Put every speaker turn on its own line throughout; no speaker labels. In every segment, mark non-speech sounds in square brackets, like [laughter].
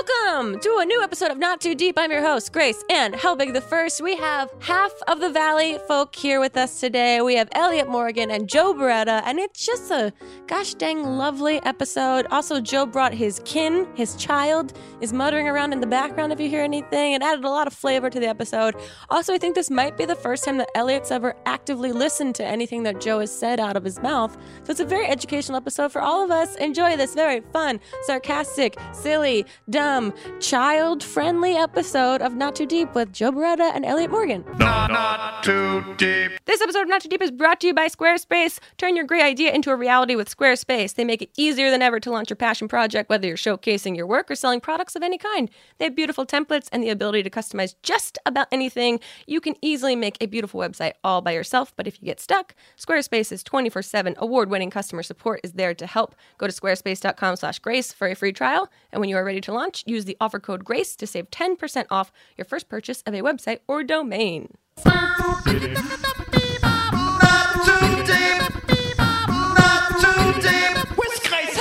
Welcome to a new episode of Not Too Deep. I'm your host, Grace, and how big the first. We have half of the Valley folk here with us today. We have Elliot Morgan and Joe Beretta, and it's just a gosh dang lovely episode. Also, Joe brought his kin, his child is muttering around in the background if you hear anything. It added a lot of flavor to the episode. Also, I think this might be the first time that Elliot's ever actively listened to anything that Joe has said out of his mouth. So it's a very educational episode for all of us. Enjoy this very fun, sarcastic, silly, dumb, child friendly episode of Not Too Deep with Joe Beretta and Elliot Morgan.
Not, not too deep.
This episode of Not Too Deep is brought to you by Squarespace. Turn your great idea into a reality with Squarespace. They make it easier than ever to launch your passion project, whether you're showcasing your work or selling products of any kind. They have beautiful templates and the ability to customize just about anything. You can easily make a beautiful website all by yourself, but if you get stuck, Squarespace's 24-7 award-winning customer support is there to help. Go to squarespace.com slash grace for a free trial, and when you are ready to launch, use the offer code GRACE to save 10% off your first purchase of a website or domain.
Not too deep. Not too deep. With Grace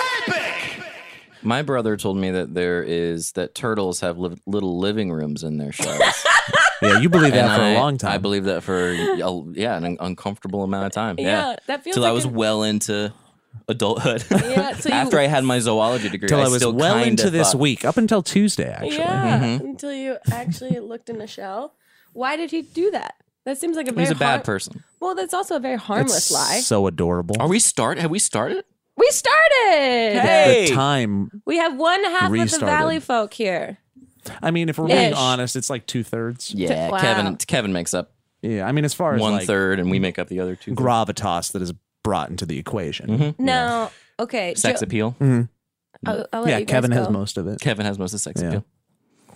My brother told me that there is that turtles have li- little living rooms in their shells.
[laughs] Yeah, you believed
And
that for
I-
a long time.
I believe that for a, yeah, an un- uncomfortable amount of time.
Yeah,
Yeah,
that feels
till I
like
was
a-
well into adulthood.
Yeah,
[laughs]
so you-
after I had my zoology degree,
Till I was
still
well
kinda
into this
thought-
week, up until Tuesday, actually.
Yeah,
Mm-hmm.
until you actually looked in a shell. Why did he do that? That seems like a very
He's a bad
har-
person.
Well, that's also a very harmless
It's
lie.
so adorable.
Are we start? Have we started?
We started.
The time.
We have one half of the
Restarted.
Valley folk here.
I mean, if we're
Ish.
being honest, it's like two thirds. Yeah.
Yeah,
Wow.
Kevin. Kevin makes up
I mean, as far as
one third,
like
and we make up the other two.
gravitas that is brought into the equation.
Mm-hmm.
Now, okay,
sex
Joe,
appeal.
Mm-hmm.
I'll, I'll let
Yeah,
you guys
Kevin has
go.
most of it.
Kevin has most of the sex
Yeah.
appeal.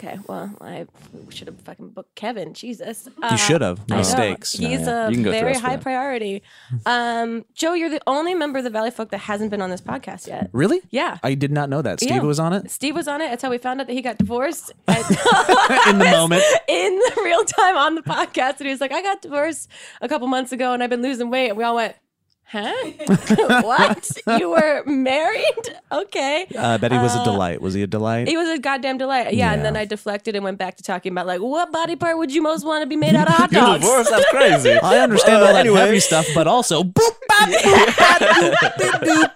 Okay, well, I should have fucking booked Kevin. Jesus,
You
Uh,
should have
I know.
mistakes.
He's
yeah.
a
You can go through
very
us for
high
that.
priority. Um, Joe, you're the only member of the Valley folk that hasn't been on this podcast yet.
Really?
Yeah.
I did not know that. Steve
Yeah.
was
[laughs]
on it
Steve was on it. That's how we found out that he got divorced. [laughs]
[laughs]
in the moment.
in the [laughs] real time on the podcast and he was like, I got divorced a couple months ago and I've been losing weight. And we all went, Huh? [laughs] what? You were married? Okay.
Uh, Betty was a delight. Was he a delight? [laughs]
It was a goddamn delight. Yeah, And
Yeah.
then I deflected and went back to talking about like, what body part would you most want to be made
[laughs]
out of hot dogs?
That's [laughs] crazy.
I
Uh,
understand all that heavy stuff, but also boop, bop, boop, bop, [laughs] boop, boop, boop,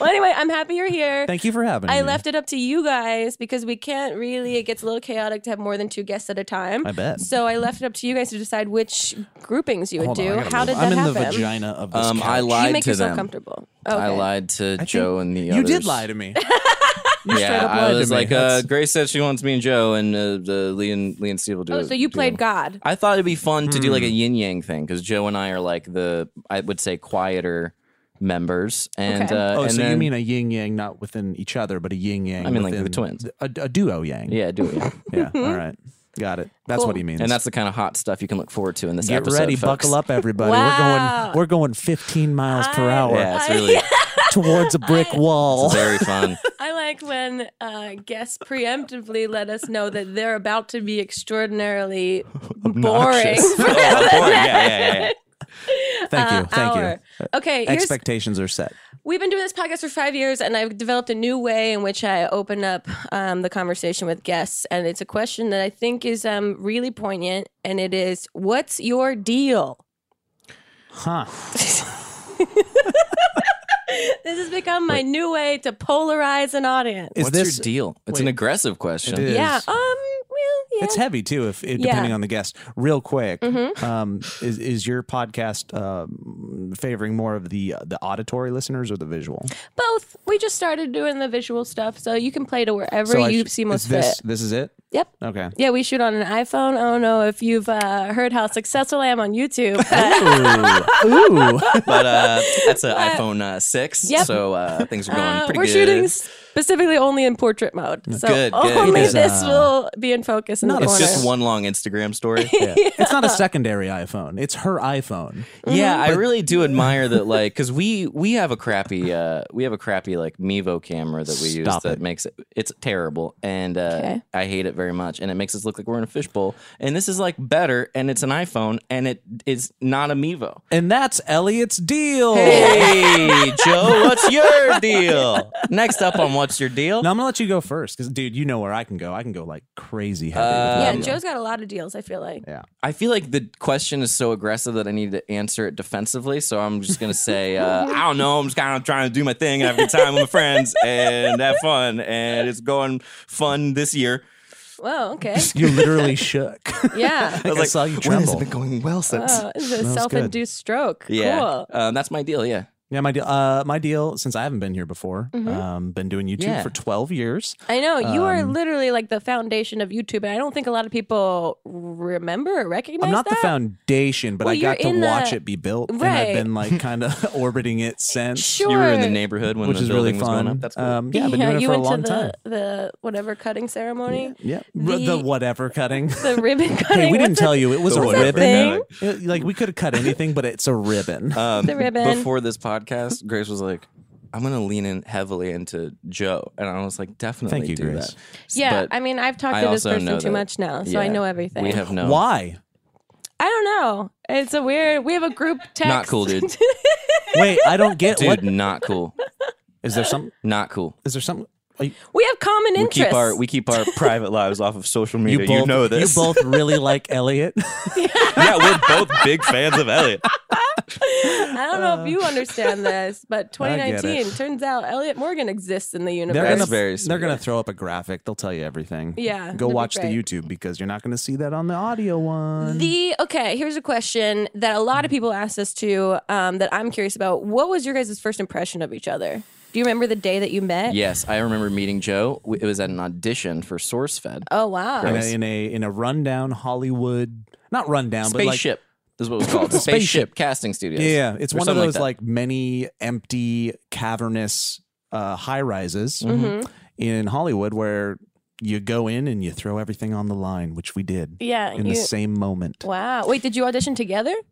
[laughs] well, anyway, I'm happy you're here.
Thank you for having me.
I left it up to you guys because we can't really, it gets a little chaotic to have more than two guests at a time.
I bet.
So I left it up to you guys to decide which groupings you would
Hold on,
do.
I gotta
How
move.
did that
I'm in
happen?
the vagina of this
Um, I
couch.
lied
you make
to
yourself
them.
comfortable.
I
Okay.
lied to
I
Joe
think
and the
you
others. Uh,
did lie to me. [laughs]
yeah,
up
I
lied to
was
me.
like, uh,
That's-
Grace said she wants me and Joe, and uh, the Lee and Lee and Steve will do
Oh,
it.
so you
do
played
it.
God.
I thought it'd be fun to do like a
Hmm.
yin yang thing because Joe and I are like the I would say quieter members, and
Okay.
uh,
Oh,
and
so you
then-
mean a yin yang, not within each other, but a yin yang.
I mean, like the
within
twins.
A, a duo yang.
yeah, do it. yeah.
[laughs] Yeah. All right. Got it. That's what he means.
and that's the kind of hot stuff you can look forward to in this
get
episode.
ready,
folks.
buckle up, everybody.
Wow.
We're going. We're going 15 miles per hour [laughs]
Yeah,
[laughs]
it's really
towards a brick wall.
very
[laughs]
fun.
I like when uh, guests preemptively let us know that they're about to be
[laughs]
extraordinarily boring.
Obnoxious. oh, boring. Yeah, yeah, yeah.
Thank you. [laughs]
uh,
Thank
hour.
you.
Okay, here's,
Expectations are set.
we've been doing this podcast for five years, and I've developed a new way in which I open up um, the conversation with guests, and it's a question that I think is um, really poignant, and it is, "What's your deal?"
Huh.
This has become my new way to polarize an audience.
Is
What's
this
your deal? It's an
wait.
aggressive question.
It is.
yeah. Um. Well. Yeah.
It's heavy too, if it,
Yeah.
depending on the guest. Real quick, um, is is your podcast um favoring more of the the auditory listeners or the visual?
Both. We just started doing the visual stuff, so you can play to wherever
I
you
sh-
see
is
most
this,
fit.
This is it.
Yep.
Okay.
Yeah, we shoot on an iPhone. I don't know if you've uh, heard how successful I am on
[laughs]
YouTube. but-
Ooh. Ooh.
But uh, that's an iPhone uh, six,
Yep.
so uh, things are going
uh,
pretty
we're
good.
shooting specifically only in portrait mode, so
Good, good.
only
It is,
this
uh,
will be in focus in the
not a
corner.
It's just one long
[laughs]
Instagram story.
Yeah. It's not a secondary iPhone. It's her iPhone.
Yeah, I really do admire that. Like, because we we have a crappy uh we have a crappy like Mevo camera that we use
Stop
that
it.
makes it it's terrible, and uh,
Okay.
I hate it very much, and it makes us look like we're in a fishbowl. And this is like better, and it's an iPhone, and it is not a Mevo.
And that's Elliot's deal.
Hey Joe, what's your deal? [laughs] Next up on
what's your deal?
Now I'm gonna let you go first, because dude, you know where I can go. I can go like crazy heavy.
Uh, yeah,
with
Joe's got a lot of deals. I feel like.
I feel like the question is so aggressive that I need to answer it defensively. So I'm just gonna
[laughs]
say, uh, I don't know. I'm just kind of trying to do my thing and have a good time with my friends and have fun. And it's going fun this year.
Whoa. Okay.
you literally shook. [laughs]
Yeah.
I,
like,
saw you
When has
tremble.
it been going well since?
Oh, this is a
Smells
self-induced stroke.
yeah,
Cool.
um, that's my deal. Yeah,
yeah, my deal. Uh, my deal. Since I haven't been here before,
Mm-hmm.
um, been doing YouTube
Yeah.
for 12 years.
I know you are literally like the foundation of YouTube, and I don't think a lot of people remember or recognize
I'm not
that.
the foundation, but
Well,
I got
you're
to
in
watch
the-
it be built, and
Right.
I've been like kind of [laughs] orbiting
[laughs]
it since,
Sure.
you were in the neighborhood when
which
the
is really
building was going
fun.
up. That's cool.
um, yeah, I've been doing
you
it for a
went
long
to the,
time.
the whatever cutting ceremony,
Yeah, R- the,
The-
whatever
[laughs]
cutting. [laughs]
the ribbon cutting.
hey, we didn't
What's
tell
it-
you it was a
The
whatever
ribbon. It- like we could have cut anything, but it's a ribbon.
[laughs] um,
The ribbon.
Before this podcast, Grace was like, "I'm going to lean in heavily into Joe," and I was like, "Definitely
Thank you,
do
Grace.
that."
Yeah,
But
I mean, I've talked
I
to this
also know
person too
that-
much now, so I
yeah,
know everything.
we have known.
Why?
I don't know. It's a weird. We have a
[laughs]
group text.
Not cool, dude.
Wait, I don't get
Dude,
what
not cool.
is there some
Not cool.
is there some
[laughs] we have common
We
interests.
keep our we keep our private lives off of social media. You, know this.
You both really like Elliot. [laughs]
yeah, we're both big fans of Elliot.
I don't know if you understand
[laughs]
this, but
Uh. I get it.
2019 turns out Elliot Morgan exists in the
They're
universe.
gonna
very
they're gonna throw up a graphic. They'll tell you everything.
Yeah,
Go
that'd be
watch the
great.
YouTube because you're not gonna see that on the audio one.
The okay, here's a question that a lot of people asked us to um, that I'm curious about. What was your guys' first impression of each other? Do you remember the day that you met?
[laughs] Yes, I remember meeting Joe. We- It was at an audition for SourceFed.
Oh wow.
in, a, in a in a rundown Hollywood, not rundown, but like
Spaceship is what it was called. [laughs] Spaceship, Casting Studios.
Yeah, it's
Or
one of
something like
those
that.
like, many empty cavernous uh, high rises in Hollywood where you go in and you throw everything on the line, which we did.
Yeah,
in the
you-
same moment.
Wow. Wait, did you audition together? [laughs]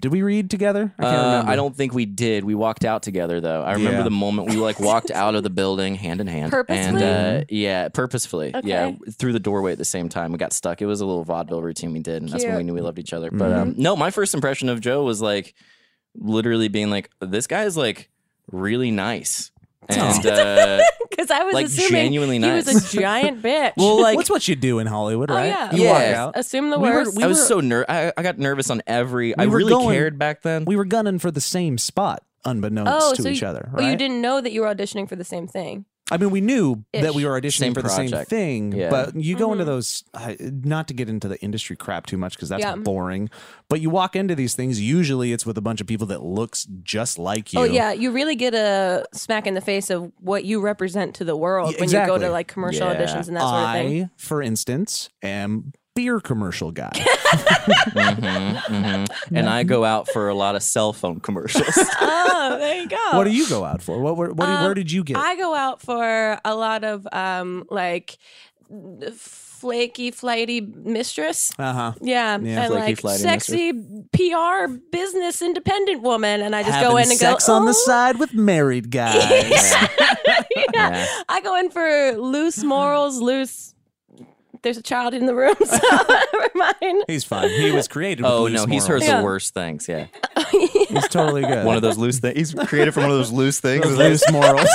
Did we read together? I
Uh,
can't remember.
I don't think we did. We walked out together though. I remember
Yeah.
the moment we like walked out of the building hand in hand.
Purposefully?
And, uh, yeah, purposefully. Yeah,
Okay.
through the doorway at the same time. We got stuck. It was a little vaudeville routine we did, and that's when we
Cute.
knew we loved each other. But um,
Mm-hmm.
no, my first impression of Joe was like literally being like, this guy is like really nice. And uh,
Because I was
Like,
assuming
genuinely
he
nice.
was a
[laughs]
giant bitch.
well, like
What's what you do in Hollywood,
Oh,
right?
yeah.
You
Yes.
walk out.
assume the
We were-
worst.
[laughs] we
I was
were-
so nervous. I, I got nervous on every. I
were
really
going-
cared back then.
We were gunning for the same spot, unbeknownst
oh,
to
so
each
you,
other.
oh,
Right?
you didn't know that you were auditioning for the same thing.
I mean, we knew
Ish.
that
Mm-hmm.
we were auditioning
Same
for the same
project.
thing,
Yeah.
but you go into those, uh, not to get into the industry crap too much because that's
Yeah.
boring, but you walk into these things, usually it's with a bunch of people that looks just like you.
Oh yeah, you really get a smack in the face of what you represent to the world
Yeah,
when you go
exactly.
to like commercial
Yeah.
auditions and that sort of thing.
I, for instance, am beer commercial
[laughs]
guy.
Mm-hmm, and I go out for a lot of cell phone
[laughs]
commercials.
Oh, there you go.
what do you go out for? What, were what, do- where did you get?
Um, I go out for a lot of um like flaky, flighty mistress.
uh-huh.
Yeah,
Yeah,
and
flaky,
like
flighty
sexy PR business independent woman, and I just
Having
go in and
sex
go.
on the
"Oh."
side with married
[laughs]
guys.
yeah. I go in for loose morals, loose. There's a child in the room, [laughs]
[laughs]
so never mind.
he's fine. He was created. With
oh
loose
no, he's heard
morals.
Yeah.
the worst things.
[laughs]
Yeah, [laughs]
He's totally good.
one of those loose things. He's created from one of those loose things.
Those
[laughs]
loose
[laughs]
morals.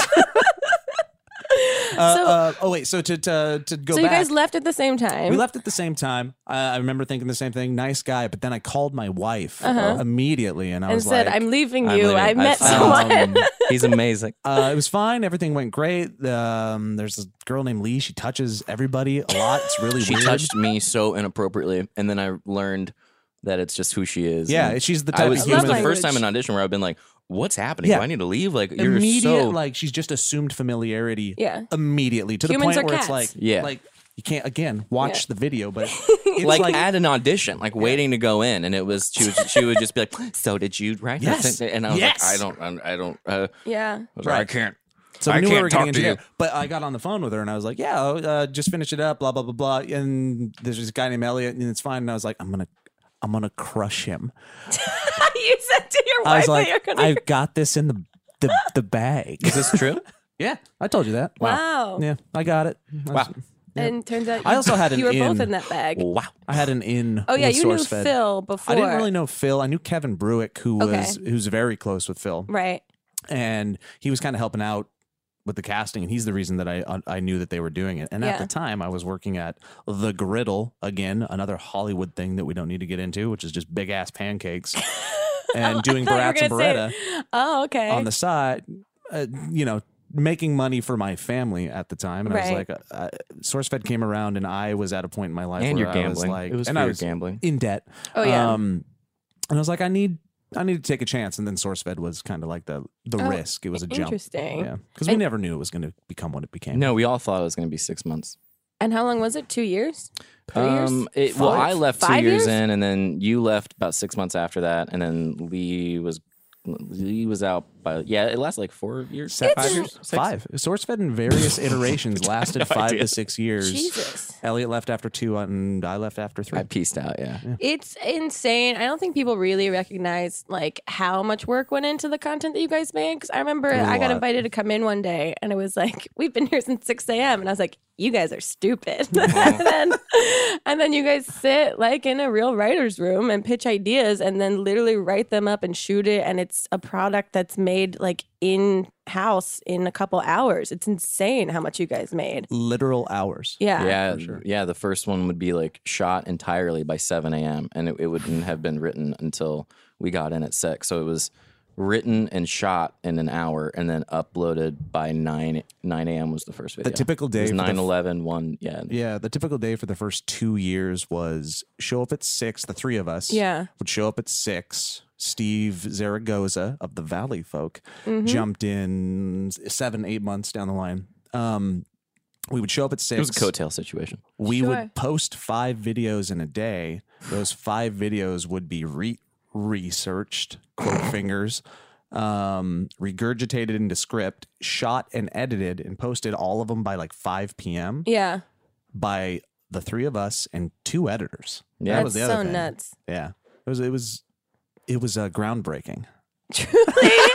Uh, uh, oh wait, so to to, to go
So you
back,
guys left at the same time.
we left at the same time. I, I remember thinking the same thing. Nice guy, but then I called my wife uh, immediately, and I
Uh-huh. and
was
said,
like,
"I'm leaving
I'm
you.
leaving.
I
I
met
found-
someone."
um,
[laughs] He's amazing.
uh, "It was fine. Everything went great." Um, there's this girl named Lee. She touches everybody a lot.
[laughs]
It's really
She
weird.
touched me so inappropriately, and then I learned that it's just who she is.
yeah,
and
she's the type
I was.
of
It was
human.
the
Love
first
language.
time in an audition where I've been like, "What's happening?
Yeah.
Do I need to leave?" Like you're
immediate,
so
like she's just assumed familiarity.
Yeah.
immediately to
Humans
the
are
point where it's like,
cats.
Yeah.
like you can't again watch the video,
[laughs]
but it's
like,
like,
at an audition, like waiting to go in, and it was she was she would just be like, "So did you write?"
Yes.
this?" and I was
Yes.
like, "I don't, I'm- I don't, uh,
[laughs] yeah. [laughs]
[laughs]
I was like, I can't."
So we
I
knew we
can't
were getting
talk
into
to you.
that. But I got on the phone with her and I was like, "Yeah, oh, uh, just finish it up, blah blah blah blah." And there's this guy named Elliot, and it's fine. And I was like, "I'm gonna, I'm gonna crush him."
you said to your
I
wife
was
that
like,
you're gonna.
"I've got this in the the, the bag."
Is this true?
[laughs] yeah, I told you that.
Wow.
Yeah, I got it. I was-
Wow.
[laughs] And turns out you,
I also had
[laughs]
an
you were both
in.
in that bag.
wow.
I had an in.
Oh yeah,
with
you knew
SourceFed.
Phil before.
I didn't really know Phil. I knew Kevin Bruick, who
Okay.
was who's very close with Phil,
Right.
and he was kind of helping out with the casting, and he's the reason that I uh, I knew that they were doing it. And
Yeah.
at the time, I was working at the Griddle again, another Hollywood thing that we don't need to get into, which is just big ass
[laughs]
pancakes, and doing
thought
Barats
you
and
were gonna
Beretta
say- Oh, okay.
on the side, uh, you know, making money for my family at the time. And I
Right.
was like, uh, SourceFed came around, and I was at a point in my life
and
where
you're
I was
gambling.
like,
it was
and
for
I
your
was
gambling.
in debt.
oh yeah.
Um, and I was like, I need. I need to take a chance, and then SourceFed was kind of like the the
Oh,
risk. It was a jump,
Interesting.
yeah, because we
And-
never knew it was going to become what it became.
No, we all thought it was going to be six months.
And how long was it? Two years? Three years?
Um, it- well, I
Five?
left
Five
two years,
years?
in, and then you left about six months after that, and then Lee was Lee was out by yeah. It lasted like four years, five years, six?
Five. SourceFed in
[laughs]
various iterations lasted five
idea.
to six years.
Jesus.
Elliot left after two, and I left after three.
I pieced out. Yeah,
It's insane. I don't think people really recognize like how much work went into the content that you guys made. Because I remember
was a
I got
lot.
invited to come in one day, and it was like, [laughs] "We've been here since six a.m." And I was like, "You guys are stupid." [laughs] and then, and then you guys sit like in a real writer's room and pitch ideas, and then literally write them up and shoot it, and it's a product that's made like in house in a couple hours. It's insane how much you guys made.
Literal hours.
Yeah.
yeah, yeah. The first one would be like shot entirely by seven a.m. and it, it wouldn't have been written until we got in at six. So it was written and shot in an hour, and then uploaded by nine nine a.m. was the first video.
typical day
it was
for the f-
9, 11, 1, yeah.
Yeah, the typical day for the first two years was show up at six. The three of us,
Yeah.
would show up at six. Steve Zaragoza of the Valley Folk
Mm-hmm.
jumped in seven, eight months down the line. Um, we would show up at six.
It was a coattail situation.
we
Sure.
would post five videos in a day. Those five videos would be re- researched,
[coughs]
quote fingers, um, regurgitated into script, shot and edited, and posted all of them by like 5 p.m.
Yeah.
by the three of us and two editors.
Yeah.
that
That's
was the other
so
thing.
nuts.
Yeah, it was it was it was uh, groundbreaking. [laughs]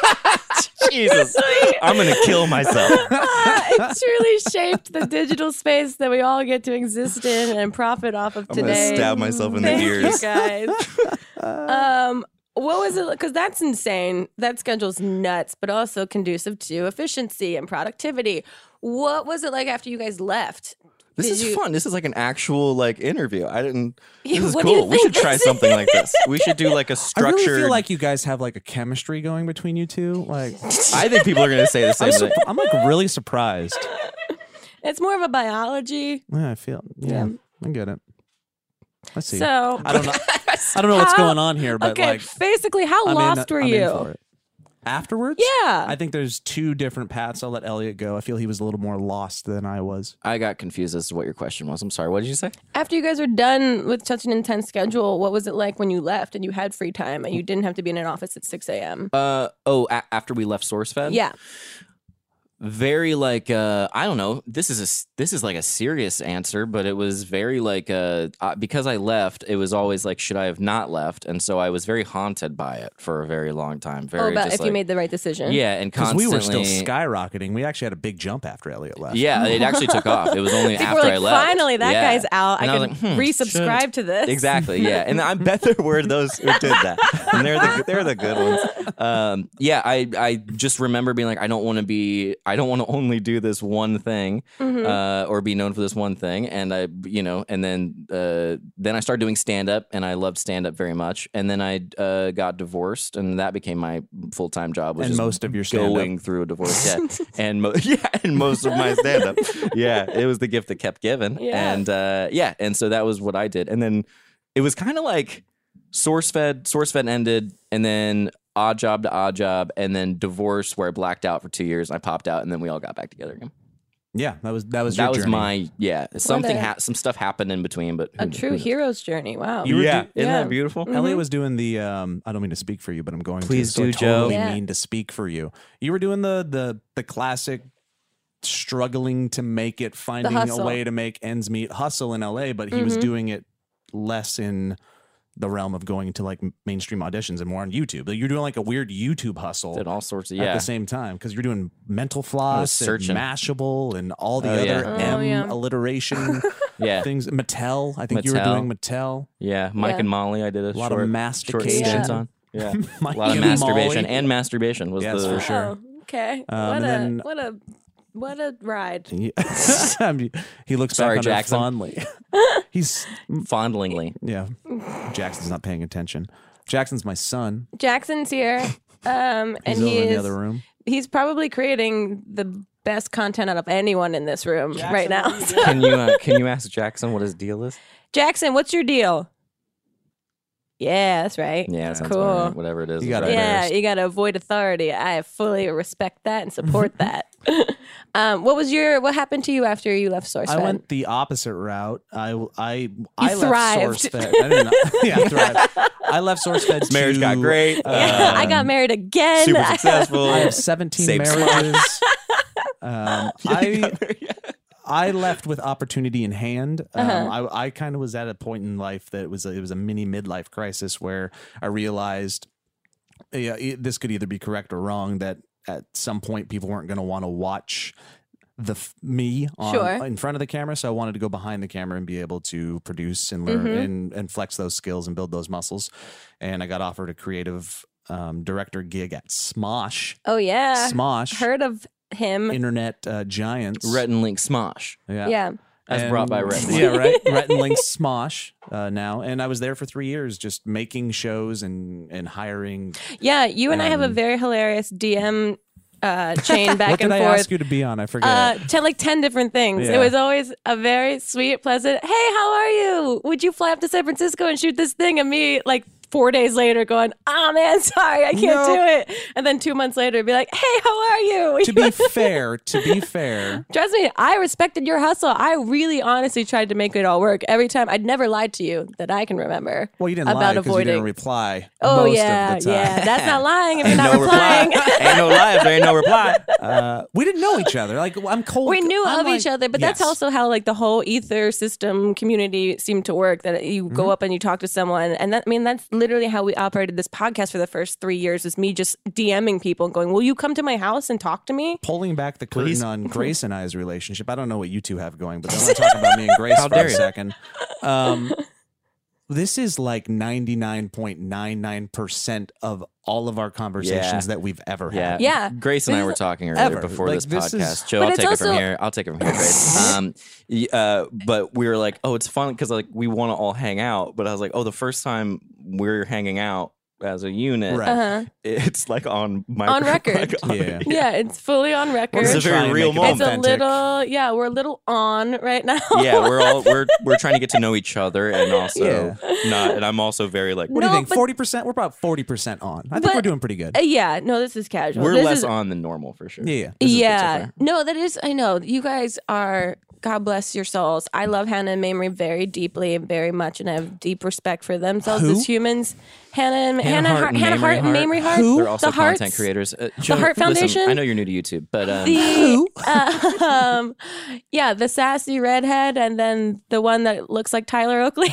Jesus, I'm gonna kill
[laughs]
myself.
it truly shaped the digital space that we all get to exist in and profit off of today.
myself in
Thank you
[laughs]
guys. um, what was it? Because that's insane. That schedule's nuts, but also conducive to efficiency and productivity. What was it like after you guys left?
This
Did
is
you-
fun. This is like an actual like interview. I didn't. [laughs] This
Yeah,
is
what do you
cool. We
think
should try
this
something like this. We should do [laughs] like a structured.
I really feel like you guys have like a chemistry going between
[laughs]
you two. Like
[laughs] I think people are gonna say the same
I'm, sur-
thing.
I'm like really surprised.
It's more of a biology.
Yeah, I feel yeah, I get it. I see.
So, [laughs]
I don't know. I don't know what's going on here, but
okay,
like
basically, how
I'm in-
lost were
I'm in for
you?
it. Afterwards,
Yeah.
I think there's two different paths. I'll let Elliot go. I feel he was a little more lost than I was.
I got confused as to what your question was. I'm sorry. What did you say?
After you guys were done with such an intense schedule, what was it like when you left and you had free time and you didn't have to be in an office at 6 a.m.?
Uh oh. A- after we left SourceFed.
Yeah.
Very like uh I don't know. This is a s- this is like a serious answer, but it was very like uh uh, because I left. It was always like should I have not left? And so I was very haunted by it for a very long time. Very
oh, about
just
if you
like-
made the right decision.
Yeah, and
Because
constantly
we were still skyrocketing. We actually had a big jump after Elliot left.
Yeah, it actually took off. It was
[laughs]
only
People
after
were like,
I left.
finally, that
Yeah.
guy's out.
And
I,
was
can
like, hmm,
resubscribe
shouldn't-
to this.
Exactly. Yeah, and I bet there were those who did that, and they're the they're the good ones. Um, yeah, I I just remember being like, I don't want to be, I don't want to only do this one thing,
Mm-hmm.
uh, or be known for this one thing. And I, you know, and then uh, then I started doing stand up, and I loved stand up very much. And then I uh, got divorced, and that became my full time job. Which
And
is
most of your stand-up.
going through a divorce, yeah,
[laughs]
and mo- [laughs] yeah, and most of my stand up, yeah, it was the gift that kept giving,
Yeah.
and uh, yeah, and so that was what I did, and then it was kind of like SourceFed. SourceFed ended, and then odd job to odd job, and then divorce, where I blacked out for two years, and I popped out, and then we all got back together again.
yeah. That was that was
that
your
was
journey.
my yeah. Something
a- [laughs]
ha- some stuff happened in between, but who
A
kn-
true
who knows?
hero's journey. Wow.
You were
yeah,
do-
isn't
yeah.
that beautiful?
Mm-hmm.
Elliot was doing the. Um, I don't mean to speak for you, but I'm going.
Please
to,
do,
so I totally
Joe. Yeah.
Mean to speak for you. You were doing the the the classic struggling to make it, finding a
hustle. Mm-hmm.
way to make ends meet, hustle in L.A. But he was doing it less in the realm of going to like m- mainstream auditions and more on YouTube. Like you're doing like a weird YouTube hustle.
Did all sorts of
At
yeah.
the same time, because you're doing mental floss, and
searching.
mashable, and all the
Oh,
other
yeah.
Oh,
M
yeah.
alliteration
Yeah,
things. Mattel, I think you were
Mattel.
doing Mattel.
yeah. Mike
Yeah.
and Molly, I did a,
A lot
short,
of
short
mastication.
stints
Yeah.
on.
[laughs]
Yeah,
Mike
a lot of
and Molly. [laughs]
masturbation and masturbation was
Yes,
the
for sure.
Oh, okay.
Um,
what, a,
and then-
what a What a ride.
He, I'm- he looks
Sorry,
back on her
Jackson. [laughs]
fondly. He's
Fondlingly.
yeah. Jackson's not paying attention. Jackson's my son.
Jackson's
[laughs]
here. Um, and
He's
he
over in
is,
the other room.
he's probably creating the best content out of anyone in this room right now. [laughs] So-
Can you uh, can you ask Jackson what his deal is?
Jackson, what's your deal? Yeah, that's right.
Yeah, sounds
Cool.
alright. Whatever it is. it's
You gotta-
alright.
Yeah,
embarrassed.
you got to avoid authority. I fully respect that and support that. [laughs] um, what was your what happened to you after you left Source?
I
Fed?
went the opposite route. I I I left
thrived.
SourceFed.
[laughs]
I didn't [laughs] yeah, I thrived. I left SourceFed.
Marriage
to,
got great.
Yeah, [laughs] I
um,
got married again. [laughs]
super successful.
I have 17
Same spot. [laughs]
marriages. um, I I left with opportunity in hand. Um, I, I kind of was at a point in life that it was a, it was a mini midlife crisis where I realized yeah, it, this could either be correct or wrong that at some point people weren't going to want to watch the f- me on,
Sure.
in front of the camera so i wanted to go behind the camera and be able to produce and learn and, and flex those skills and build those muscles and i got offered a creative um, director gig at smosh
oh yeah,
smosh
heard of him?
internet uh, giants
Rhett and Link Smosh.
yeah
yeah.
As
And-
brought by Rhett. and Link.
Yeah,
[laughs]
right. Rhett and Link Smosh uh, now, and I was there for three years, just making shows and and hiring.
Yeah, you and I have a
Um,
very hilarious DM uh, chain back
what did
and
I
forth.
ask you to be on? I forget.
uh, ten, like ten different things. It
Yeah.
was always a very sweet, pleasant. Hey, how are you? Would you fly up to San Francisco and shoot this thing? And me, like four days later, going, "Oh man, [laughs] sorry, I can't do it." And then two months later, be like, "Hey, how are you?"
to be fair, to be fair,
[laughs] Trust me, I respected your hustle. I really, honestly tried to make it all work. Every time, I'd never lied to you that I can remember.
well, you didn't lie
about
because you
avoiding.
didn't reply.
oh
most
yeah,
of the time.
yeah. That's not lying
[laughs]
if you're
Ain't
not
no reply.
replying.
Ain't no lie if there ain't no reply.
Uh, we didn't know each other. Like I'm cold.
we knew
I'm
of
like-
each other, but that's
Yes.
also how like the whole ether system community seemed to work. That you go up and you talk to someone, and that I mean that's literally how we operated this podcast for the first three years. Was me just DMing people and going, "Will you come to my house and talk to me?"
pulling back the curtain
Please. [laughs]
on Grace and I's relationship. I don't know what you two have going, but I want to talk about me and Grace
How
for
dare
a
you.
second. Um, this is like 99.99% of all of our conversations
Yeah.
that we've ever
Yeah.
had.
Yeah.
Grace and I
This
were
is-
talking earlier
ever.
before
Like,
this,
this is-
podcast. Joe,
But
I'll
it's
take it
also-
from here. I'll take it from here, Grace. um, y- uh, but we were like, oh, it's fun because like we want to all hang out. But I was like, oh, the first time we're hanging out as a unit,
Right.
Uh huh.
it's [laughs] like on my
On record.
Yeah.
Yeah, it's fully on record.
It's a
Try
very
and
real
make it
It's a
moment.
authentic.
little, yeah, we're a little on right now.
[laughs]
yeah, we're all we're we're trying to get to know each other and also not. And I'm also very like
What do
No,
you think?
but-
40%? We're about 40% on. I think
But-
we're doing pretty good.
Uh, [laughs] yeah, no, this is casual.
we're
This
less
is-
on than normal for sure.
Yeah, yeah.
This is
yeah.
particular.
No, that is, I know. You guys are, God bless your souls. I love Hannah and Mamrie very deeply and very much and I have deep respect for themselves
Who?
as humans. Hannah and Hannah,
Hart
Hart,
and
Hannah
Mamrie
Hart, and
Hart.
Mamrie Hart.
Who?
They're also
the Harts,
content creators. Uh, Joe,
Hart
listen,
Foundation?
I know you're new to YouTube, but
[laughs]
um,
The, um, yeah, the sassy redhead and then the one that looks like Tyler Oakley.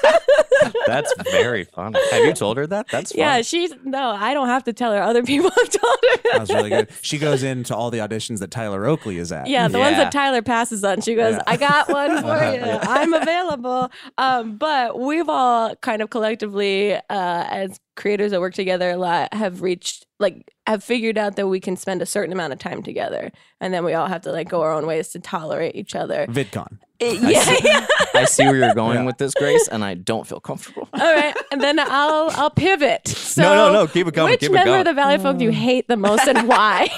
[laughs]
That's very funny. Have you told her that? That's funny.
yeah, she's, no, I don't have to tell her. Other people [laughs] have told her.
That was
[laughs]
really good. She goes into all the auditions that Tyler Oakley is at.
Yeah, the ones
Yeah.
that Tyler passes on. She goes,
Yeah.
I got one
[laughs]
for you. I'm available. Um, but we've all kind of collectively, uh, as creators that work together a lot, have reached, like, have figured out that we can spend a certain amount of time together. And then we all have to, like, go our own ways to tolerate each other.
VidCon.
It- yeah, [laughs] yeah.
Mm. I see where you're going
Yeah.
with this, Grace, and I don't feel comfortable.
[laughs] All right. And then I'll I'll pivot. So
no, no, keep it going,
Which
keep it
member
going.
of the Valley Folk do you hate the most and why?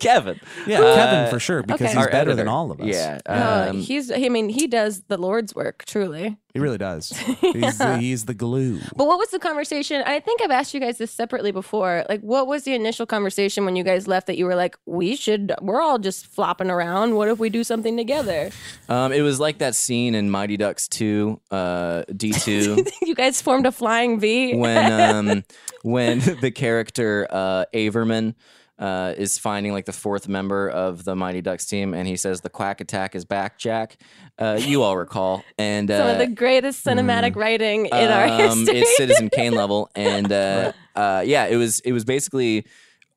Kevin. Uh,
Yeah, Kevin for sure, because
Uh, okay.
he's
Our
better
editor.
than all of us.
Yeah.
Uh,
um,
he's, I mean, he does the Lord's work, truly.
He
[laughs]
really does. He's, the, he's the glue.
But what was the conversation? I think I've asked you guys this separately before. Like, what was the initial conversation when you guys left that you were like, we should, we're all just flopping around. What if we do something together? [laughs]
um, it was like that scene in Mighty Ducks 2, uh, D2,
you guys formed a flying V. [laughs]
when um, when [laughs] the character uh, Averman uh, is finding like the fourth member of the Mighty Ducks team, and he says, "The Quack Attack is back, Jack." Uh, you all recall, and
Some
uh,
of the greatest cinematic writing in our
Mm. Um,
history. [laughs]
It's Citizen Kane level, and uh, uh, yeah, it was it was basically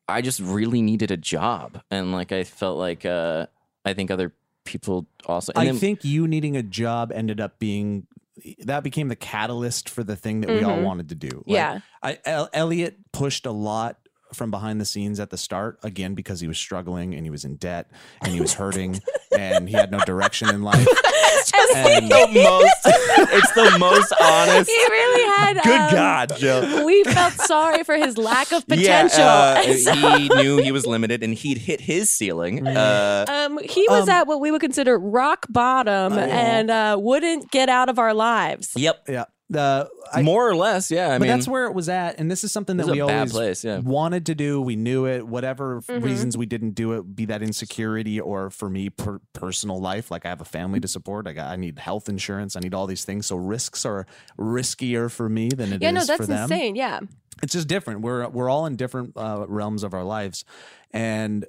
I just really needed a job, and like I felt like uh, I think other people also. And
I
then,
think you needing a job ended up being that became
Mm-hmm.
the catalyst for the thing that we all wanted to do. Like,
Yeah.
I El- Elliot pushed a lot from behind the scenes at the start again because he was struggling and he was in debt and he was
[laughs]
hurting and he had no direction in life. And
the most, it's the most
[laughs]
honest.
He
[laughs]
really had.
Good
um,
God, Joe.
We felt sorry for his lack
[laughs]
of potential. [laughs]
Yeah, uh,
So,
he knew he was limited and he'd hit his ceiling.
Mm.
Uh,
um, he was at what we would consider rock bottom
Oh.
and uh, wouldn't get out of our lives.
yep.
yeah, the I,
More or less, yeah. I
but
mean,
that's where it was at, and this is something that
This is
we
a bad
always
place, yeah.
wanted to do. We knew it. Whatever f-
Mm-hmm.
reasons we didn't do it, be that insecurity or for me per- personal life, like I have a family to support. I got, I need health insurance. I need all these things. So risks are riskier for me than it is
Yeah, no,
for
that's
them.
insane. Yeah.
It's just different. We're we're all in different uh, realms of our lives, and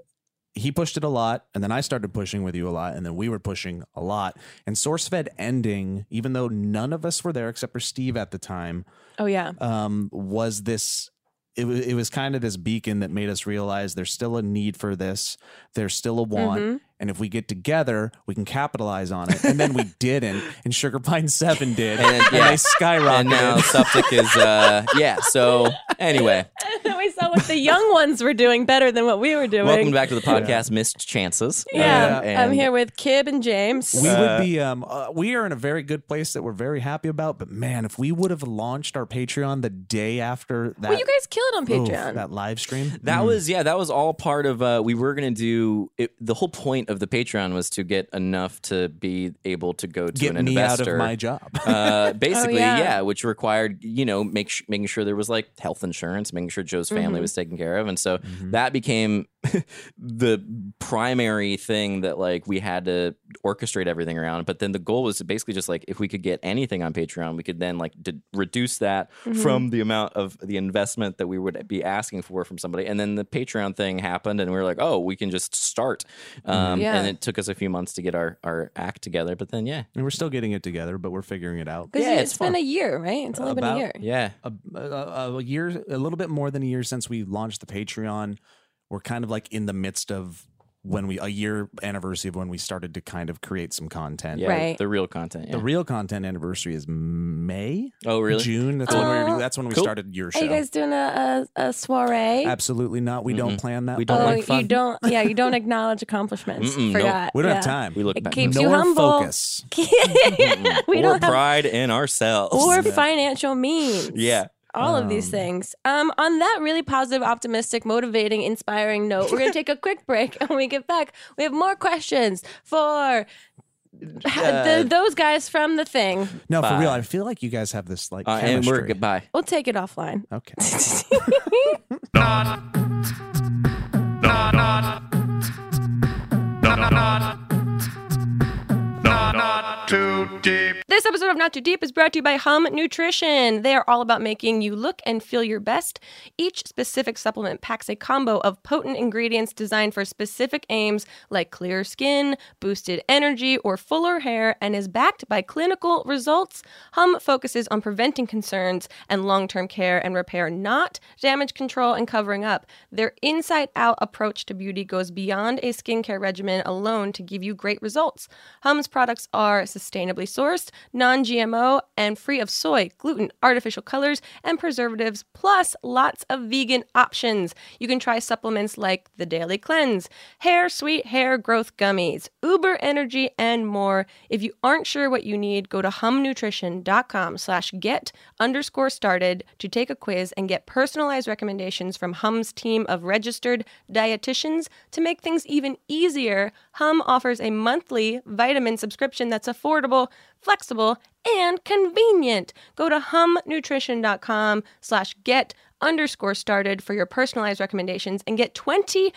he pushed it a lot, and then I started pushing with you a lot, and then we were pushing a lot. And SourceFed ending, even though none of us were there except for Steve at the time
Oh, yeah.
um, was this it, wa- it was kind of this beacon that made us realize there's still a need for this there's still a want
Mm-hmm.
and if we get together we can capitalize on it and
[laughs]
then we didn't and sugar pine 7 did and,
then- yeah.
they skyrocketed
and now Suffolk is,
[laughs]
uh, yeah. So, anyway,
And we saw what the young ones were doing better than what we were doing.
welcome back to the podcast, Missed Chances.
Yeah,
Uh,
I'm
and-
here with Kib and James.
we would be um uh, we are in a very good place that we're very happy about but man if we would have launched our patreon the day after that
well, Oh, you guys killed on
oof,
Patreon.
that live stream
That was yeah. That was all part of. Uh, we were gonna do it, the whole point of the Patreon was to get enough to be able to go to
get
an
me
investor.
out of my job [laughs]
uh, basically,
yeah.
yeah. which required you know make sh- making sure there was like health insurance, making sure Joe's family was taken care of, and so that became [laughs] the primary thing that like we had to orchestrate everything around. But then the goal was to basically just like if we could get anything on Patreon, we could then like d- reduce that from the amount of the investment that we would be asking for from somebody, and then the Patreon thing happened, and we were like, oh, we can just start, um,
Yeah.
and it took us a few months to get our our act together, but then yeah.
and we're still getting it together but we're figuring it out
Because
Yeah,
it's
it's
been
fun.
a year, right? It's only been a
About-
year.
Yeah.
a, a, a year, a little bit more than a year since we launched the Patreon. We're kind of like in the midst of when we a year anniversary of when we started to kind of create some content.
Yeah,
Right.
the real content. Yeah.
The real content anniversary is May,
oh, really?
June. That's when we
Oh.
that's when we
Cool.
started your
Are
show.
you guys doing a, a, a soiree?
Absolutely not. We don't plan
Mm-hmm.
that.
We
Oh,
don't like
you
fun.
don't. Yeah, you don't acknowledge accomplishments.
Mm-mm, nope.
Forgot.
we don't
yeah.
have time.
We look
It
back.
keeps you
nor
humble.
focus.
[laughs] we
or
don't have
pride in ourselves.
or financial means.
yeah.
all of these things. Um, on that really positive, optimistic, motivating, inspiring note, we're going to take a quick break. And when we get back, we have more questions for ha- the, those guys from the thing.
No, for real. I feel like you guys have this like
Uh, and we're
chemistry. [laughs]
goodbye.
We'll take it offline.
Okay.
Not too deep.
This episode of Not Too Deep is brought to you by Hum Nutrition. They are all about making you look and feel your best. Each specific supplement packs a combo of potent ingredients designed for specific aims like clear skin, boosted energy, or fuller hair, and is backed by clinical results. Hum focuses on preventing concerns and long term care and repair, not damage control and covering up. Their inside out approach to beauty goes beyond a skincare regimen alone to give you great results. Hum's products are sustainably sourced, non GMO, and free of soy, gluten, artificial colors, and preservatives, plus lots of vegan options. You can try supplements like the Daily Cleanse, Hair Sweet Hair Growth Gummies, Uber Energy, and more. If you aren't sure what you need, go to humnutrition.com slash get underscore started to take a quiz and get personalized recommendations from Hum's team of registered dietitians to make things even easier. Hum offers a monthly vitamin subscription that's affordable, flexible, and convenient. Go to humnutrition.com slash get underscore started for your personalized recommendations and get 20%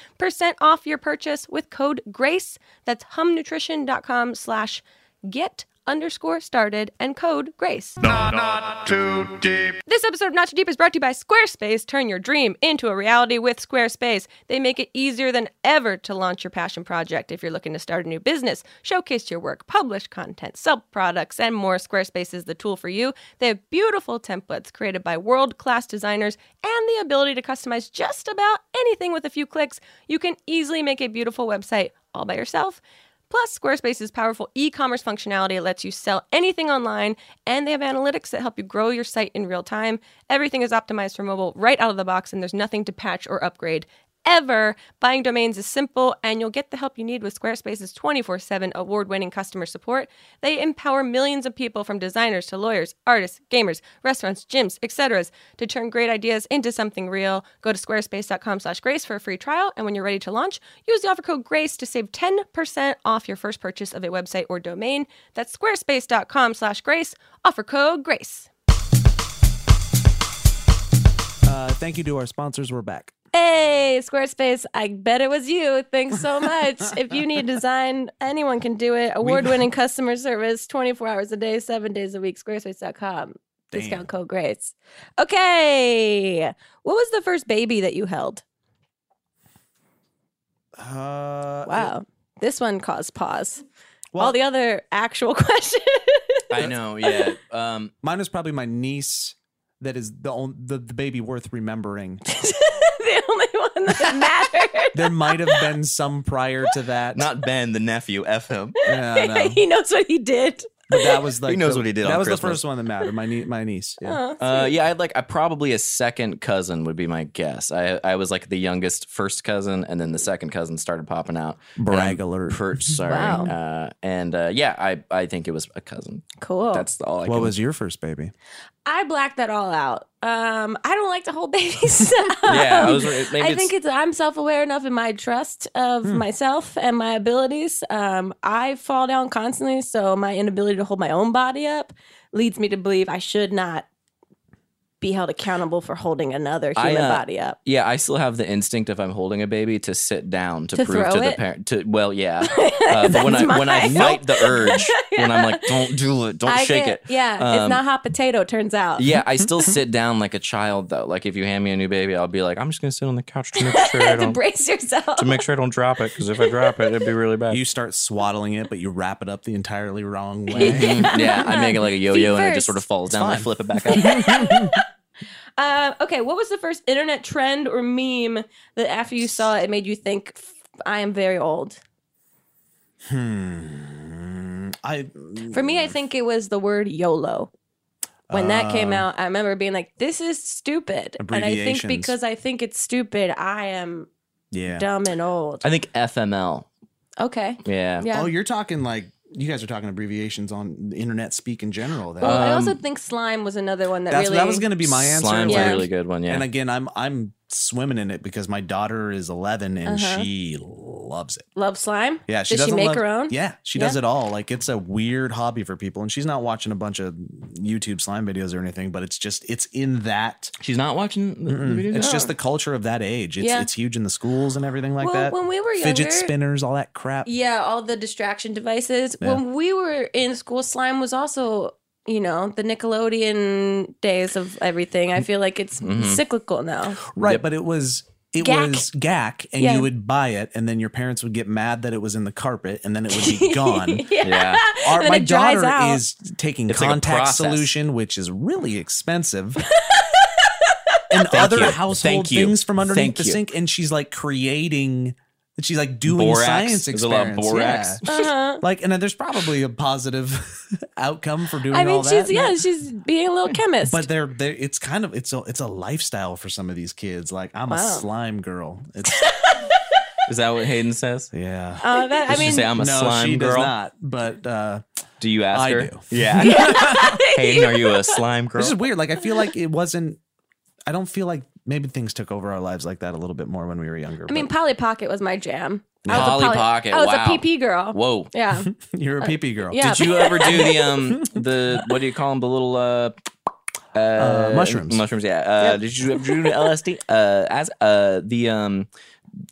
off your purchase with code GRACE. That's humnutrition.com slash get underscore started and code GRACE.
Not too deep.
This episode of Not Too Deep is brought to you by Squarespace. Turn your dream into a reality with Squarespace. They make it easier than ever to launch your passion project. If you're looking to start a new business, showcase your work, publish content, sell products, and more, Squarespace is the tool for you. They have beautiful templates created by world class designers and the ability to customize just about anything with a few clicks. You can easily make a beautiful website all by yourself. Plus, Squarespace's powerful e commerce functionality lets you sell anything online, and they have analytics that help you grow your site in real time. Everything is optimized for mobile right out of the box, and there's nothing to patch or upgrade ever. Buying domains is simple, and you'll get the help you need with Squarespace's 24 7 award winning customer support. They empower millions of people from designers to lawyers, artists, gamers, restaurants, gyms, etc., to turn great ideas into something real. Go to squarespace.com slash grace for a free trial, and when you're ready to launch, use the offer code GRACE to save 10% off your first purchase of a website or domain. That's squarespace.com slash grace, offer code GRACE.
Uh, thank you to our sponsors. We're back.
Hey, Squarespace, I bet it was you. Thanks so much. if you
[laughs]
need design, anyone can do it. Award winning customer service 24 hours a day, seven days a week. Squarespace.com. Discount code GRACE. Okay. What was the first baby that you held?
Uh,
Wow. This one caused pause.
Well-
All the other actual [laughs] questions.
I know, yeah. Um,
Mine was probably my niece. That is the only, the, the baby worth remembering.
the only one
[laughs]
that mattered.
There might have been some prior to that.
not Ben, the nephew,
[laughs]
F him.
Yeah, no.
he knows what he did.
But that was like
knows
the-
what he did
That
on
was the
Christmas.
first one that mattered. My niece. My niece. Yeah.
Oh,
Uh, yeah, I'd like I probably a second cousin would be my guess. I I was like the youngest first cousin, and then the second cousin started popping out.
Brag
And I'm
alert.
Per, sorry.
Wow.
Uh, and uh, yeah, I I think it was a cousin.
cool.
That's all I.
What
can-
was your first baby?
I blacked that all out. Um, I don't like to hold babies.
[laughs] [laughs] Yeah,
[laughs]
I was.
Um,
Maybe
I
it's- Hmm.
think it's I'm self aware enough in my trust of myself and my abilities. Um, I fall down constantly, so my inability to hold my own body up leads me to believe I should not be held accountable for holding another
I,
human
uh,
body up.
Yeah, I still have the instinct if I'm holding a baby to sit down to,
To
prove
throw
to the
it?
parent. To
[laughs]
well, yeah. Uh, but when I
That's
when I
mine.
fight the
[laughs]
urge, when I'm like, don't do it, don't
I
shake
get-
it.
Yeah, it's
Um,
not hot potato. Turns out.
Yeah,
[laughs]
I still sit down like a child though. Like if you hand me a new baby, I'll be like, I'm just gonna sit on the couch
[laughs]
to make sure I
to
don't
brace yourself.
to
[laughs]
make sure I don't drop it because if I drop it, it'd be really bad.
You start swaddling it, but you wrap it up the
[laughs]
entirely wrong way.
Mhm. yeah, I make it like a yo-yo and it just sort of falls down. and I
fine.
flip it
[laughs]
back up.
Uh, okay, what was the first internet trend or meme that after you saw it, it made you think I am very old?
Hmm. I
For me, I think it was the word YOLO. When that came out, I remember being like, "This is stupid," and I think
Uh, Abbreviations.
because I think it's stupid, I am
yeah.
dumb and old.
I think FML.
Okay,
Yeah.
yeah.
Oh, you're talking like you guys are talking abbreviations on the internet speak in general. Then.
well, I also think slime was another one that
Um, That's,
really
that was going to be my answer.
Slime's
Yeah.
a really good one. Yeah.
And again, I'm I'm swimming in it because my daughter is 11 and she loves it.
love slime.
Yeah, she
Uh-huh. Does she
doesn't
make
love-
her own?
Yeah, she does it all. Like it's a weird hobby for people, and she's not watching a bunch of YouTube slime videos or anything. But it's just it's in that.
She's not watching the the video.
It's just the culture of that age. It's
Yeah.
it's huge in the schools and everything like
Well,
that.
when we were younger-
fidget spinners, all that crap.
Yeah, all the distraction devices. When we were in school, slime was also, you know, the Nickelodeon days of everything.
Mm-hmm.
I feel like it's cyclical now.
Right, but it was it
Gack.
was gack, and
Yeah.
you would buy it, and then your parents would get mad that it was in the carpet, and then it
[laughs]
would be gone.
yeah.
Our,
then
my
it dries
daughter
out.
is taking
like a
contact
process.
solution, which is
[laughs]
really expensive. and other
you.
household
Thank you.
things from underneath
Thank
the
you.
sink, and she's like creating. She's like doing
Borax.
science
There's a lot of borax.
experiments. Yeah.
Uh-huh.
[laughs] Like, and then there's probably a positive [laughs] outcome for doing
I mean,
all that.
she's yeah, she's being a little
[laughs]
chemist.
But they're, they're it's kind of it's a it's a lifestyle for some of these kids. Like I'm a
Wow.
slime girl.
[laughs]
Is
It's
that what Hayden says?
yeah.
uh, that, I
Does she
mean,
say I'm a
no,
slime
she
girl?
does not. But uh,
Do you ask
I
her?
do.
[laughs] Yeah.
[laughs]
Hayden, are you a slime girl?
this is weird. Like I feel like it wasn't. I don't feel like maybe things took over our lives like that a little bit more when we were younger.
I mean,
but
Polly Pocket was my jam. I was a
Polly Pocket,
I was
wow.
a PP girl.
Whoa. [laughs]
Yeah,
[laughs] you're a peepee girl.
uh, yeah.
Did you ever do the um
[laughs]
the what do you call them the little uh, uh,
mushrooms.
mushrooms yeah uh,
Yep.
did you ever do
[laughs]
the LSD uh as uh the um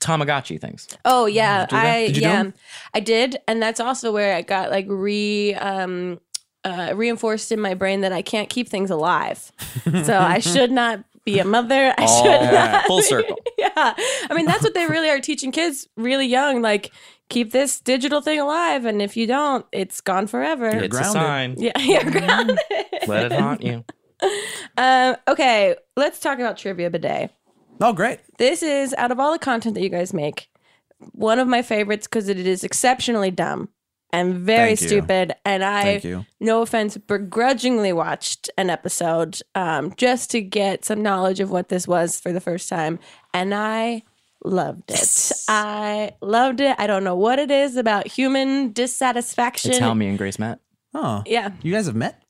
Tamagotchi things
Oh yeah,
you do that?
I
Did you do
yeah,
'em?
I did, and that's also where I got like re um, uh, reinforced in my brain that I can't keep things
[laughs]
alive, so I should not be a mother. [laughs] I
All
should [laughs] not.
full circle
yeah, I mean that's what they really are teaching kids really young. Like keep this digital thing alive, and if you don't, it's gone forever.
it's a
grounded.
sign
yeah, [laughs] you're
Mm-hmm.
grounded.
let it
[laughs]
haunt you
Um, okay, let's talk about trivia bidet.
Oh, great.
This is out of all the content that you guys make, one of my favorites because it is exceptionally dumb and very
Thank you.
stupid. And I,
Thank you.
no offense, begrudgingly watched an episode um, just to get some knowledge of what this was for the first time. And I loved it. I loved it. I don't know what it is about human dissatisfaction.
It's how me and
[laughs]
Grace met.
Oh,
yeah.
you guys have met?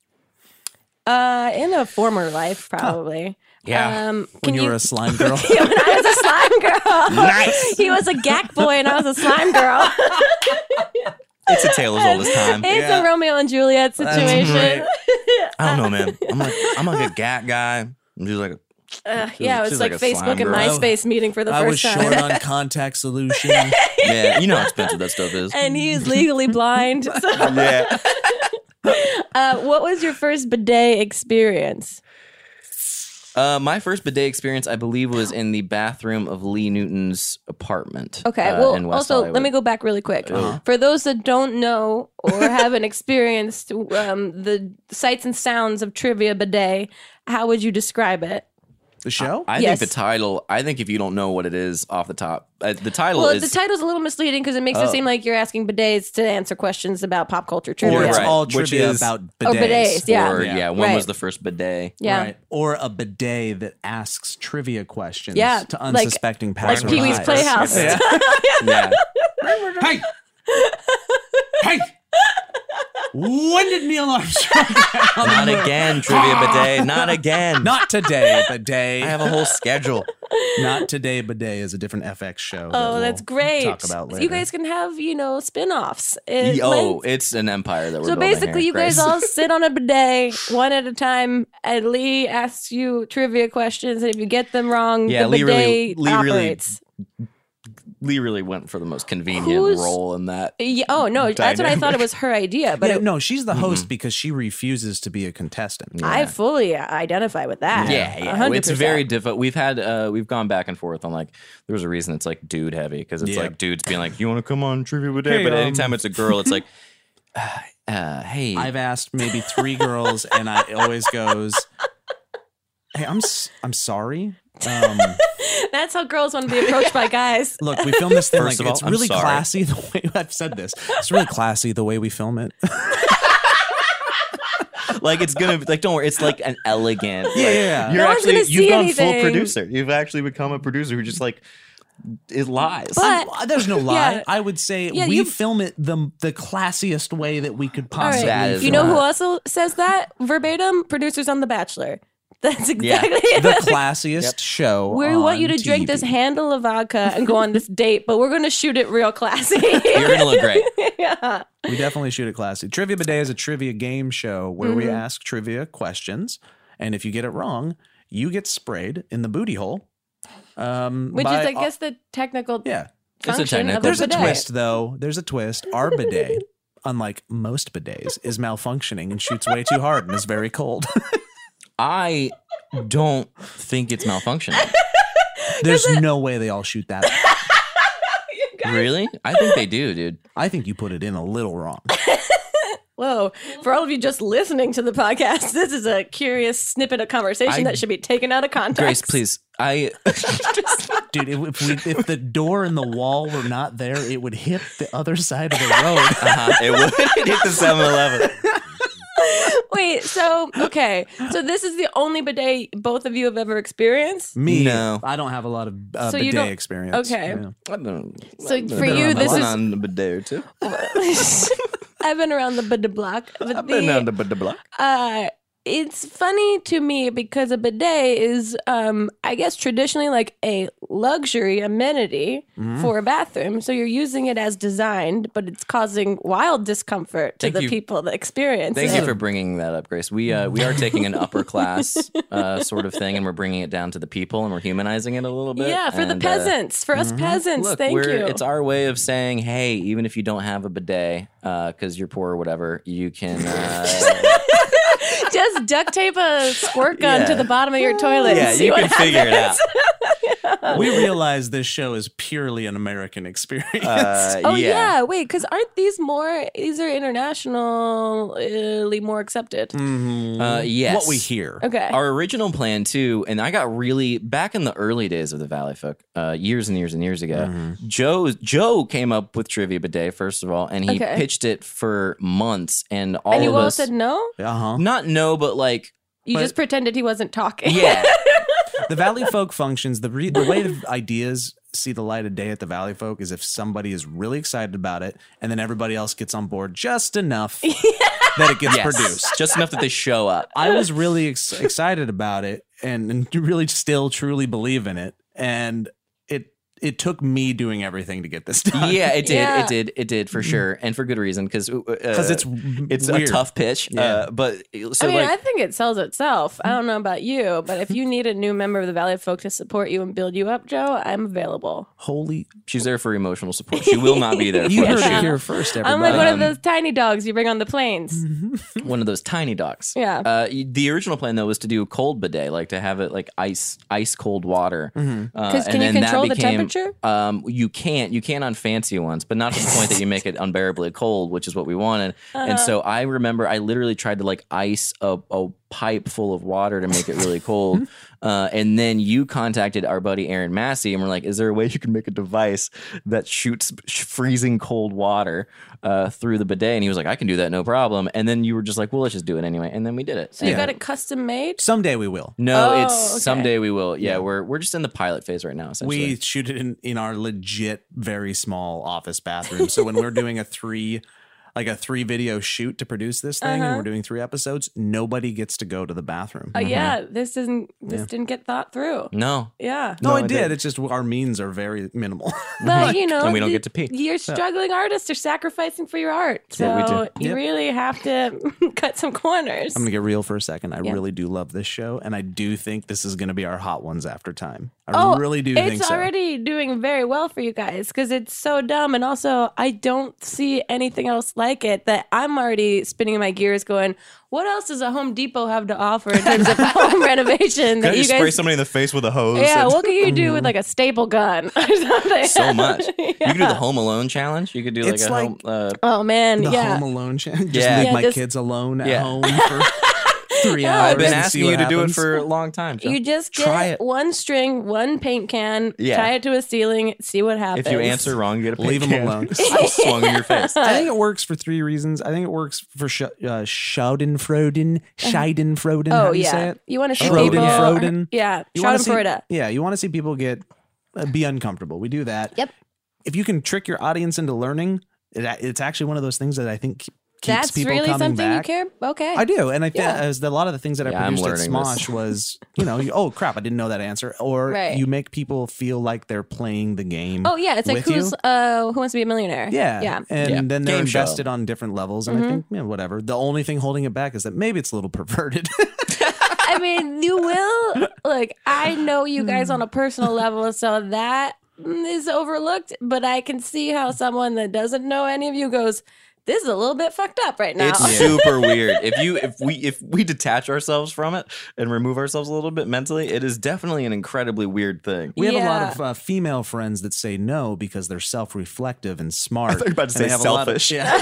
Uh, in a former life, probably.
Yeah.
Um,
When
can
you, were a slime girl?
[laughs] Yeah, when I was
[laughs]
a slime girl.
Nice.
He was a gack boy and I was a slime girl.
It's a tale as old as time.
[laughs] it's
Yeah.
a Romeo and Juliet situation.
right.
I don't know, man. I'm like
[laughs]
I'm like a gat guy. I'm just like
Uh, yeah, it was
She's
like,
like a slime
Facebook and
girl.
MySace meeting for the
I was
first time.
short on contact solution.
yeah. You know how expensive that stuff is.
[laughs] and he is legally blind. So,
yeah.
[laughs] uh, what was your first bidet experience?
Uh, my first bidet experience, I believe, was in the bathroom of Lee Newton's apartment.
Okay,
uh, in
well,
West
also,
Hollywood. Uh-huh.
let me go back really quick. For those that don't know or haven't [laughs] experienced um, the sights and sounds of trivia bidet, how would you describe it?
The show?
I
Yes.
think the title. I think if you don't know what it is off the top, uh, the title
Well,
is
the title's a little misleading because it makes it seem like you're asking bidets to answer questions about pop culture trivia.
or it's
Right,
all
which
trivia
is-
about bidets.
Oh, bidets, yeah.
or yeah, when
Right.
was the first bidet?
[laughs] yeah.
Right. Or a bidet that asks trivia questions
Yeah,
to
like-
unsuspecting
Like
passers.
Pee Wee's Playhouse. [laughs]
Yeah. yeah.
Hey! Hey!
[laughs] When did Neil Armstrong?
Not again, trivia bidet. Not [laughs] again.
Not today,
I
bidet.
have a whole
[laughs]
schedule.
Not today, bidet is a different FX show. that
Oh,
we'll
that's great.
Talk about
So
later.
You guys can have, you know, spin offs.
Yo, it's an empire that we're
so
building
basically,
here,
you guys
[laughs] Grace.
all sit on a bidet one at a time, and Lee asks you trivia questions. And if you get them wrong,
Yeah,
the
Lee
bidet
really- Lee really-
operates.
Lee really went for the most convenient
Who's-
role in that.
Yeah, oh, no, that's what I thought. It
Dynamic.
was her idea, but
Yeah,
it,
no, she's the host because she refuses to be a contestant.
I fully identify with that.
Yeah, yeah.
100%.
It's very difficult. We've had uh we've gone back and forth on like there was a reason it's like dude heavy because it's
Yeah.
like dudes being like, You wanna come on trivia bidet?
Hey,
but
um,
anytime it's a girl, it's like uh, uh hey
I've asked maybe three girls, and I it always goes, "Hey, I'm s- I'm sorry." Um,
That's how girls want to be approached by guys.
look, we film this thing.
First
like,
of all,
it's
I'm
really
sorry.
classy the way [laughs] I've said this. It's really classy the way we film it.
[laughs] like it's gonna be like don't worry, it's like an elegant like,
Yeah.
You're
No one's
actually
gonna see
you've gone
anything.
full producer. You've actually become a producer who just like it lies.
But-
I'm- there's no lie.
Yeah.
I would say
Yeah,
we
you-
film it the the classiest way that we could
All
possibly.
That is
right. You know
not-
who also says that verbatim? Producers on The Bachelor. [laughs] That's exactly [laughs] it.
the classiest show.
we want you
on
to drink this
TV.
handle of vodka and go on
[laughs]
this date, but we're going to shoot it real classy. [laughs]
You're gonna look great.
yeah.
We definitely shoot it classy. Trivia Bidet is a trivia game show where we
Mm-hmm.
ask trivia questions, and if you get it wrong, you get sprayed in the booty hole. Um,
Which
by-
is, I guess, the technical.
yeah.
uh, a
function
technical-
Of
There's
the
a
bidet.
twist though. There's a twist. Our
[laughs]
bidet, unlike most bidets, is malfunctioning and shoots way too hard and is
[laughs]
very cold.
I don't think it's malfunctioning.
There's no way they all shoot that.
really? I think they do, dude.
I think you put it in a little wrong.
Whoa. For all of you just listening to the podcast, [laughs] this is a curious snippet of conversation
I-
that should be taken out of context.
Grace, please. I [laughs]
Dude, if, if, we, if the door and the wall were not there, it would hit the other side of the road.
uh it would [laughs] hit the 7-Eleven.
[laughs] Wait, so, okay. So, this is the only bidet both of you have ever experienced?
Me,
No.
I don't have a lot of uh,
So you
bidet
don't-
experience.
okay.
I don't-
So,
I've been
for
around
you,
the
this
block.
is-
on the bidet or two.
[laughs] I've been around the bidet block. But
I've been
the-
on the bidet block.
uh it's funny to me because a bidet is um i guess traditionally like a luxury amenity
Mm-hmm.
for a bathroom so you're using it as designed but it's causing wild discomfort to
Thank
the
you.
people that experience
Thank
it
you for bringing that up, Grace. We uh, we are taking an upper class
[laughs]
uh, sort of thing, and we're bringing it down to the people, and we're humanizing it a little bit.
yeah for the
And, uh,
peasants for us peasants
Look,
thank
we're,
you [laughs]
it's our way of saying, hey, even if you don't have a bidet because you're poor or whatever, you can.
[laughs]
Uh,
just duct tape a squirt gun to
Yeah.
the bottom of your toilet and
yeah,
see
you
what
can
happens.
figure it out.
we realize this show is purely an American experience. [laughs]
Uh,
Oh yeah, wait, because aren't these more? These are internationally more accepted.
Mhm.
Uh, yes.
What we hear.
Okay.
Our original plan too, and I got really back in the early days of the Valley Folk, uh, years and years and years ago.
Mm-hmm.
Joe Joe came up with Trivia Bidet first of all, and he
Okay.
pitched it for months, and all
and you
of
all
us
said no.
Uh-huh.
not no, but like
You
But-
just pretended he wasn't talking. [laughs]
yeah,
the Valley Folk functions the re- the way the ideas see the light of day at the Valley Folk is if somebody is really excited about it and then everybody else gets on board just
[laughs]
enough that it gets
yes, [laughs]
produced.
just enough that they show up.
I was really ex- excited about it and, and [laughs] really still truly believe in it and it it took me doing everything to get this done.
Yeah, it did,
Yeah.
it did, it did for sure, and for good reason because
Cuz Mm-hmm. Uh, it's
it's
weird.
a tough pitch.
Yeah.
Uh, but so
I mean,
like Mm.
I think it sells itself. I don't know about you, but if you need a new member of the Valley of Folk to support you and build you up, Joe, I'm available.
holy
she's there for emotional support. She will not be there.
[laughs] You
for
heard
us.
it here first everybody.
I'm like one of
Um,
those tiny dogs you bring on the planes.
Mm-hmm. one of those tiny docks.
Yeah.
Uh, y- the original plan though was to do a cold bidet, like to have it like ice, ice cold water. Uh,
Mm-hmm. 'Cause
and
can you
then that
control the
became-
temperature?
Um, you can't. You can on fancy ones, but not to the point that you
[laughs]
make it unbearably cold, which is what we wanted. And so
Uh-huh.
I remember I literally tried to like ice a, a pipe full of water to make it really
[laughs]
cold. Uh, and then you contacted our buddy Aaron Massey, and we're like, "Is there a way you can make a device that shoots sh- freezing cold water uh, through the bidet?" And he was like, "I can do that, no problem." And then you were just like, "Well, let's just do it anyway." And then we did it.
so you got it custom made?
someday we will.
No,
Oh,
it's
okay.
someday we will. Yeah, we're we're just in the pilot phase right now. Essentially.
We shoot it in, in our legit very small office bathroom. So when
[laughs]
we're doing a three like a three video shoot to produce this thing
Uh-huh.
and we're doing three episodes, nobody gets to go to the bathroom.
Oh
mm-hmm.
yeah, this isn't this didn't get thought through.
no.
Yeah.
[laughs] no, it did. It's just our means are very minimal. [laughs]
But you know,
And we don't
the-
get to pee.
You're struggling artists are sacrificing for your art.
what we do.
So you
Yep.
really have to [laughs] cut some corners.
I'm gonna get real for a second. I really do love this show, and I do think this is gonna be our hot ones after time. I
Oh,
really do
it's
think so.
already doing very well for you guys because it's so dumb, and also I don't see anything else like it. That I'm already spinning my gears, going, "What else does a Home Depot have to offer in terms
[laughs]
of home renovation that you guys?"
somebody in the face with a hose?
yeah, what can you do with like a staple gun [laughs] or something? [laughs]
so much. You could do
Yeah.
the Home Alone challenge. You could do like
It's
a
like-
home. Uh,
Oh man,
the
yeah.
Home Alone channel. [laughs] Just
Yeah.
leave
Yeah,
my
just-
kids alone at
Yeah.
home [laughs] for three hours.
I've been
and see
asking
what
you to do it
happens.
for a long time. Joe.
You just get
Try it.
one string, one paint can,
Yeah.
tie it to a ceiling, see what happens.
if you answer wrong, you get a
Leave
pink
'em
can. [laughs]
alone.
swung in
[laughs]
your face.
I think it works for three reasons. I think it works for sh- uh, Schadenfroden, Schadenfroden. how
Uh-huh. oh
do you
yeah,
say it?
you want to see
Schroden,
people,
Froden.
yeah,
You wanna see-
Schadenfreude.
yeah, you want to see people get uh, be uncomfortable. We do that.
Yep.
If you can trick your audience into learning, it, it's actually one of those things that I think keeps
That's
people
really
coming
something
back.
you care. Okay,
[laughs] I do, and I think
Yeah.
as the- a lot of the things that I
Yeah, I'm
produced at
learning
Smosh
this.
was, you know, you, oh crap, I didn't know that answer, or
Right.
you make people feel like they're playing the game.
Oh yeah, it's like
with you.
who's uh who wants to be a millionaire?
yeah,
yeah. Mm-hmm.
and
Yeah.
then they're
Game show.
invested on different levels, and I think, yeah, whatever. The only thing holding it back is that maybe it's a little [laughs] perverted.
I mean, you
[laughs]
will. Like I know you guys
Hmm.
on a personal level, so that is overlooked. But I can see how someone that doesn't know any of you goes, "This is a little bit fucked up right now."
It's
[laughs]
super weird. If you if we if we detach ourselves from it and remove ourselves a little bit mentally, it is definitely an incredibly weird thing.
We have a lot
Yeah.
of uh, female friends that say no because they're self-reflective and smart.
you were about to
and
say
they have a lot of-
[laughs]
selfish.
yeah,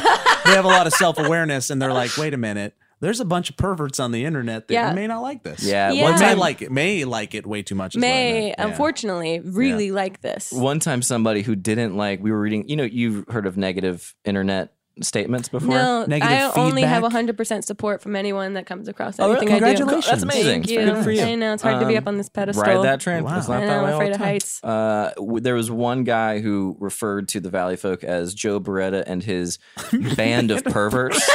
they have a lot of self-awareness, and they're like, "Wait a minute, there's a bunch of perverts on the internet that
Yeah.
may not like this.
Yeah,
Yeah.
Or
One
may
time,
like it, may like it way too much. is what I
May
meant. Yeah.
unfortunately really like this.
one time somebody who didn't like we were reading. You know, you've heard of negative internet statements before.
No,
Negative
I only have
feedback.
100% support from anyone that comes across
Oh,
anything
really?
I do.
Congratulations.
That's amazing.
Thank
It's
you.
good for you.
I know it's hard to be
Um,
up on this pedestal.
Ride that train.
Wow.
It's
I
not
I
that
know,
way
I'm
all
afraid
the
of
time.
heights.
Uh, w- there was one guy who referred to the Valley Folk as Joe Beretta and his
[laughs]
band of perverts.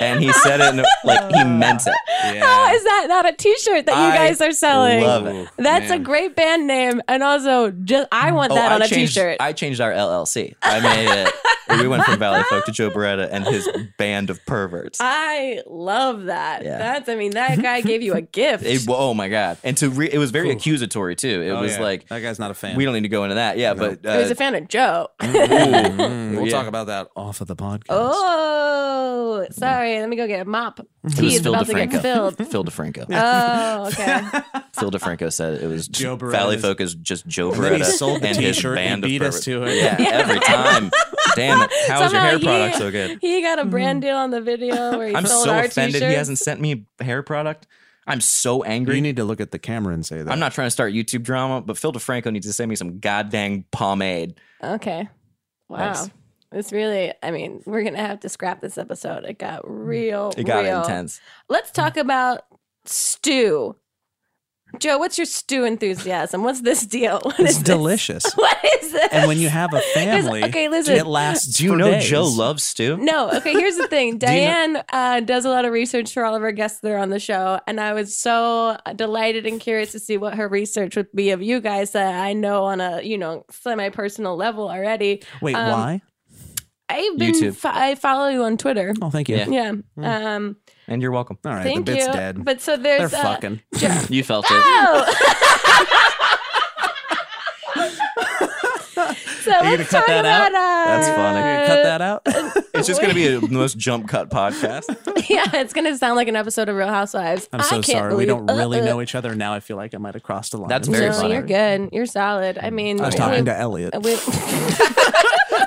and he said it in a- like he meant it.
How Oh, is that not a T-shirt that you
I
guys are selling?
love it.
That's a great band name, and also just I want that on
Mm. Oh, I
a
changed,
shirt
I changed our LLC. I
[laughs]
made it. we went from Valley Folk to Joe Beretta and his band of perverts.
I love that.
Yeah.
That's I mean that guy gave
[laughs]
you a gift.
It- oh my god! And to re- it was very accusatory too. It
Oh,
was
yeah.
like
that guy's not a fan.
we don't need to go into that. Yeah, but
I was
uh,
a fan of Joe.
ooh,
Mm, we'll talk about that off of the podcast.
Oh, Oh, sorry. Let me go get a mop.
It
Tea
was
is
Phil
about to get
DeFranco.
filled.
Phil DeFranco.
Oh, okay.
Phil DeFranco said it was
Joe Beretta's-
Valley Focus, just Joe
then he
Beretta
sold the
and his
t-shirt and
band of
beat us
pervert-
to it.
Yeah,
[laughs]
every time. Damn it! How is
Somehow
your hair
he-
product
[laughs]
so good?
[laughs] He got a brand deal on the video where he
I'm
sold
so
our
offended.
t-shirts.
He hasn't sent me a hair product. I'm so
You
angry.
need to look at the camera and say that.
I'm not trying to start YouTube drama, but Phil DeFranco needs to send me some goddamn pomade.
Okay. Wow.
Thanks.
It's really, I mean, we're going to have to scrap this episode. It got real.
Mm. It got
real.
intense.
Let's talk about stew. Joe, what's your stew enthusiasm? What's this deal? [laughs] What
It's
is this? [laughs]
delicious.
What is this?
and when you have a family,
okay, listen.
it lasts.
Do you
for
know
days.
Joe loves stew?
No. Okay. Here's the
[laughs]
thing.
you know-
Diane uh, does a lot of research for all of our guests that are on the show, and I was so uh, delighted and curious to see what her research would be of you guys that I know on a you know semi-personal level already.
Wait,
Um,
why?
I've been
YouTube.
fo- I follow you on Twitter.
Oh, thank you.
Yeah.
Yeah. Um.
And you're welcome.
All right,
thank
the bit's
you.
dead.
But so
They're
there's uh,
fucking.
You felt it.
[laughs]
[laughs]
Oh. so
gonna
let's
cut
talk
that
about
out?
uh,
That's funny.
You're gonna cut that out.
It's just going to be the most jump
[laughs]
cut podcast.
yeah, it's gonna sound like an episode of Real Housewives.
I'm so
I can't
sorry. We
believe-
don't really
uh, uh.
know each other now. I feel like I might have crossed a line.
That's
I'm
very
no,
sorry.
funny.
you're good. You're solid. I mean, uh,
I was
we-
talking to Elliot.
we-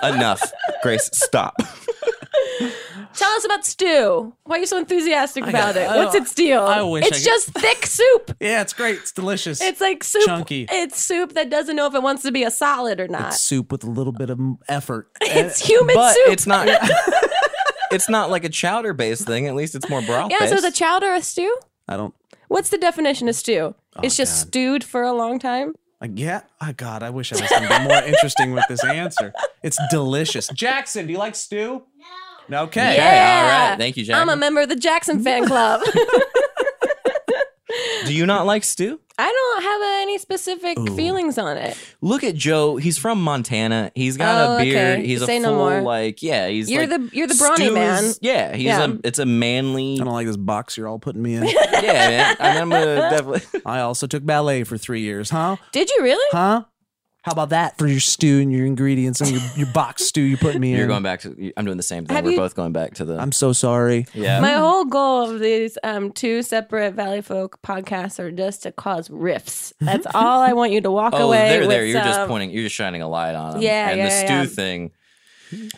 Enough. Grace, stop.
tell us about stew. Why are you so enthusiastic about
got-
it?
I-
What's its deal?
I wish
it's
I could-
just thick soup.
Yeah, it's great. It's delicious.
It's like soup.
Chunky.
It's soup that doesn't know if it wants to be a solid or not. It's,
soup with a little bit of effort.
[laughs]
uh,
human
but
soup. [laughs]
it's not. [laughs] it's not like a chowder based thing. At least it's more broth.
yeah. So is a chowder a stew?
I don't.
What's the definition of stew? it's just
Oh, God.
stewed for a long time.
I get. Oh God, I wish I was going to be more interesting with this answer. It's delicious. Jackson, do you like stew? No. Okay.
Yeah.
all right. Thank you, Jack.
I'm a member of the Jackson
[laughs]
fan club. [laughs]
Do you not like stew?
I don't have uh, any specific feelings on it.
Look at Joe. He's from Montana. He's got
Oh,
a beard.
okay.
He's a
Say
full
no more.
like yeah. He's
You're
like,
the- you're the brawny
stew
man.
is- yeah, he's
Yeah.
a. It's a manly.
I don't like this box you're all putting me
[laughs]
in.
Yeah, man. I mean,
[laughs]
I'm gonna definitely. [laughs]
I also took ballet for three years, huh?
Did you really?
Huh? How about that for your stew and your ingredients and your, your box stew you put me in?
You're going back to. I'm doing the same thing.
Have
We're
you-
both going back to the.
I'm so sorry.
yeah.
My whole goal of these um, two separate Valley Folk podcasts are just to cause rifts. That's all I want you to walk
Oh,
away
there,
with.
there. You're just
some-
pointing. You're just shining a light on him.
Yeah,
and
yeah,
the
yeah,
stew
yeah.
thing.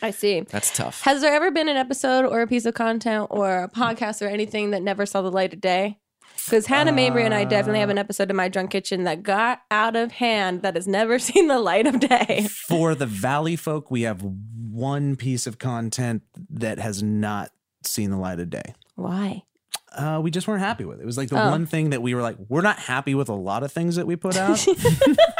I see.
That's tough.
Has there ever been an episode or a piece of content or a podcast or anything that never saw the light of day? Because Hannah Mabry and I definitely have an episode of My Drunk Kitchen that got out of hand that has never [laughs] seen the light of day.
For the Valley folk, we have one piece of content that has not seen the light of day.
Why?
uh, we just weren't happy with. It was like the
Oh.
one thing that we were like, we're not happy with a lot of things that we put out.
[laughs]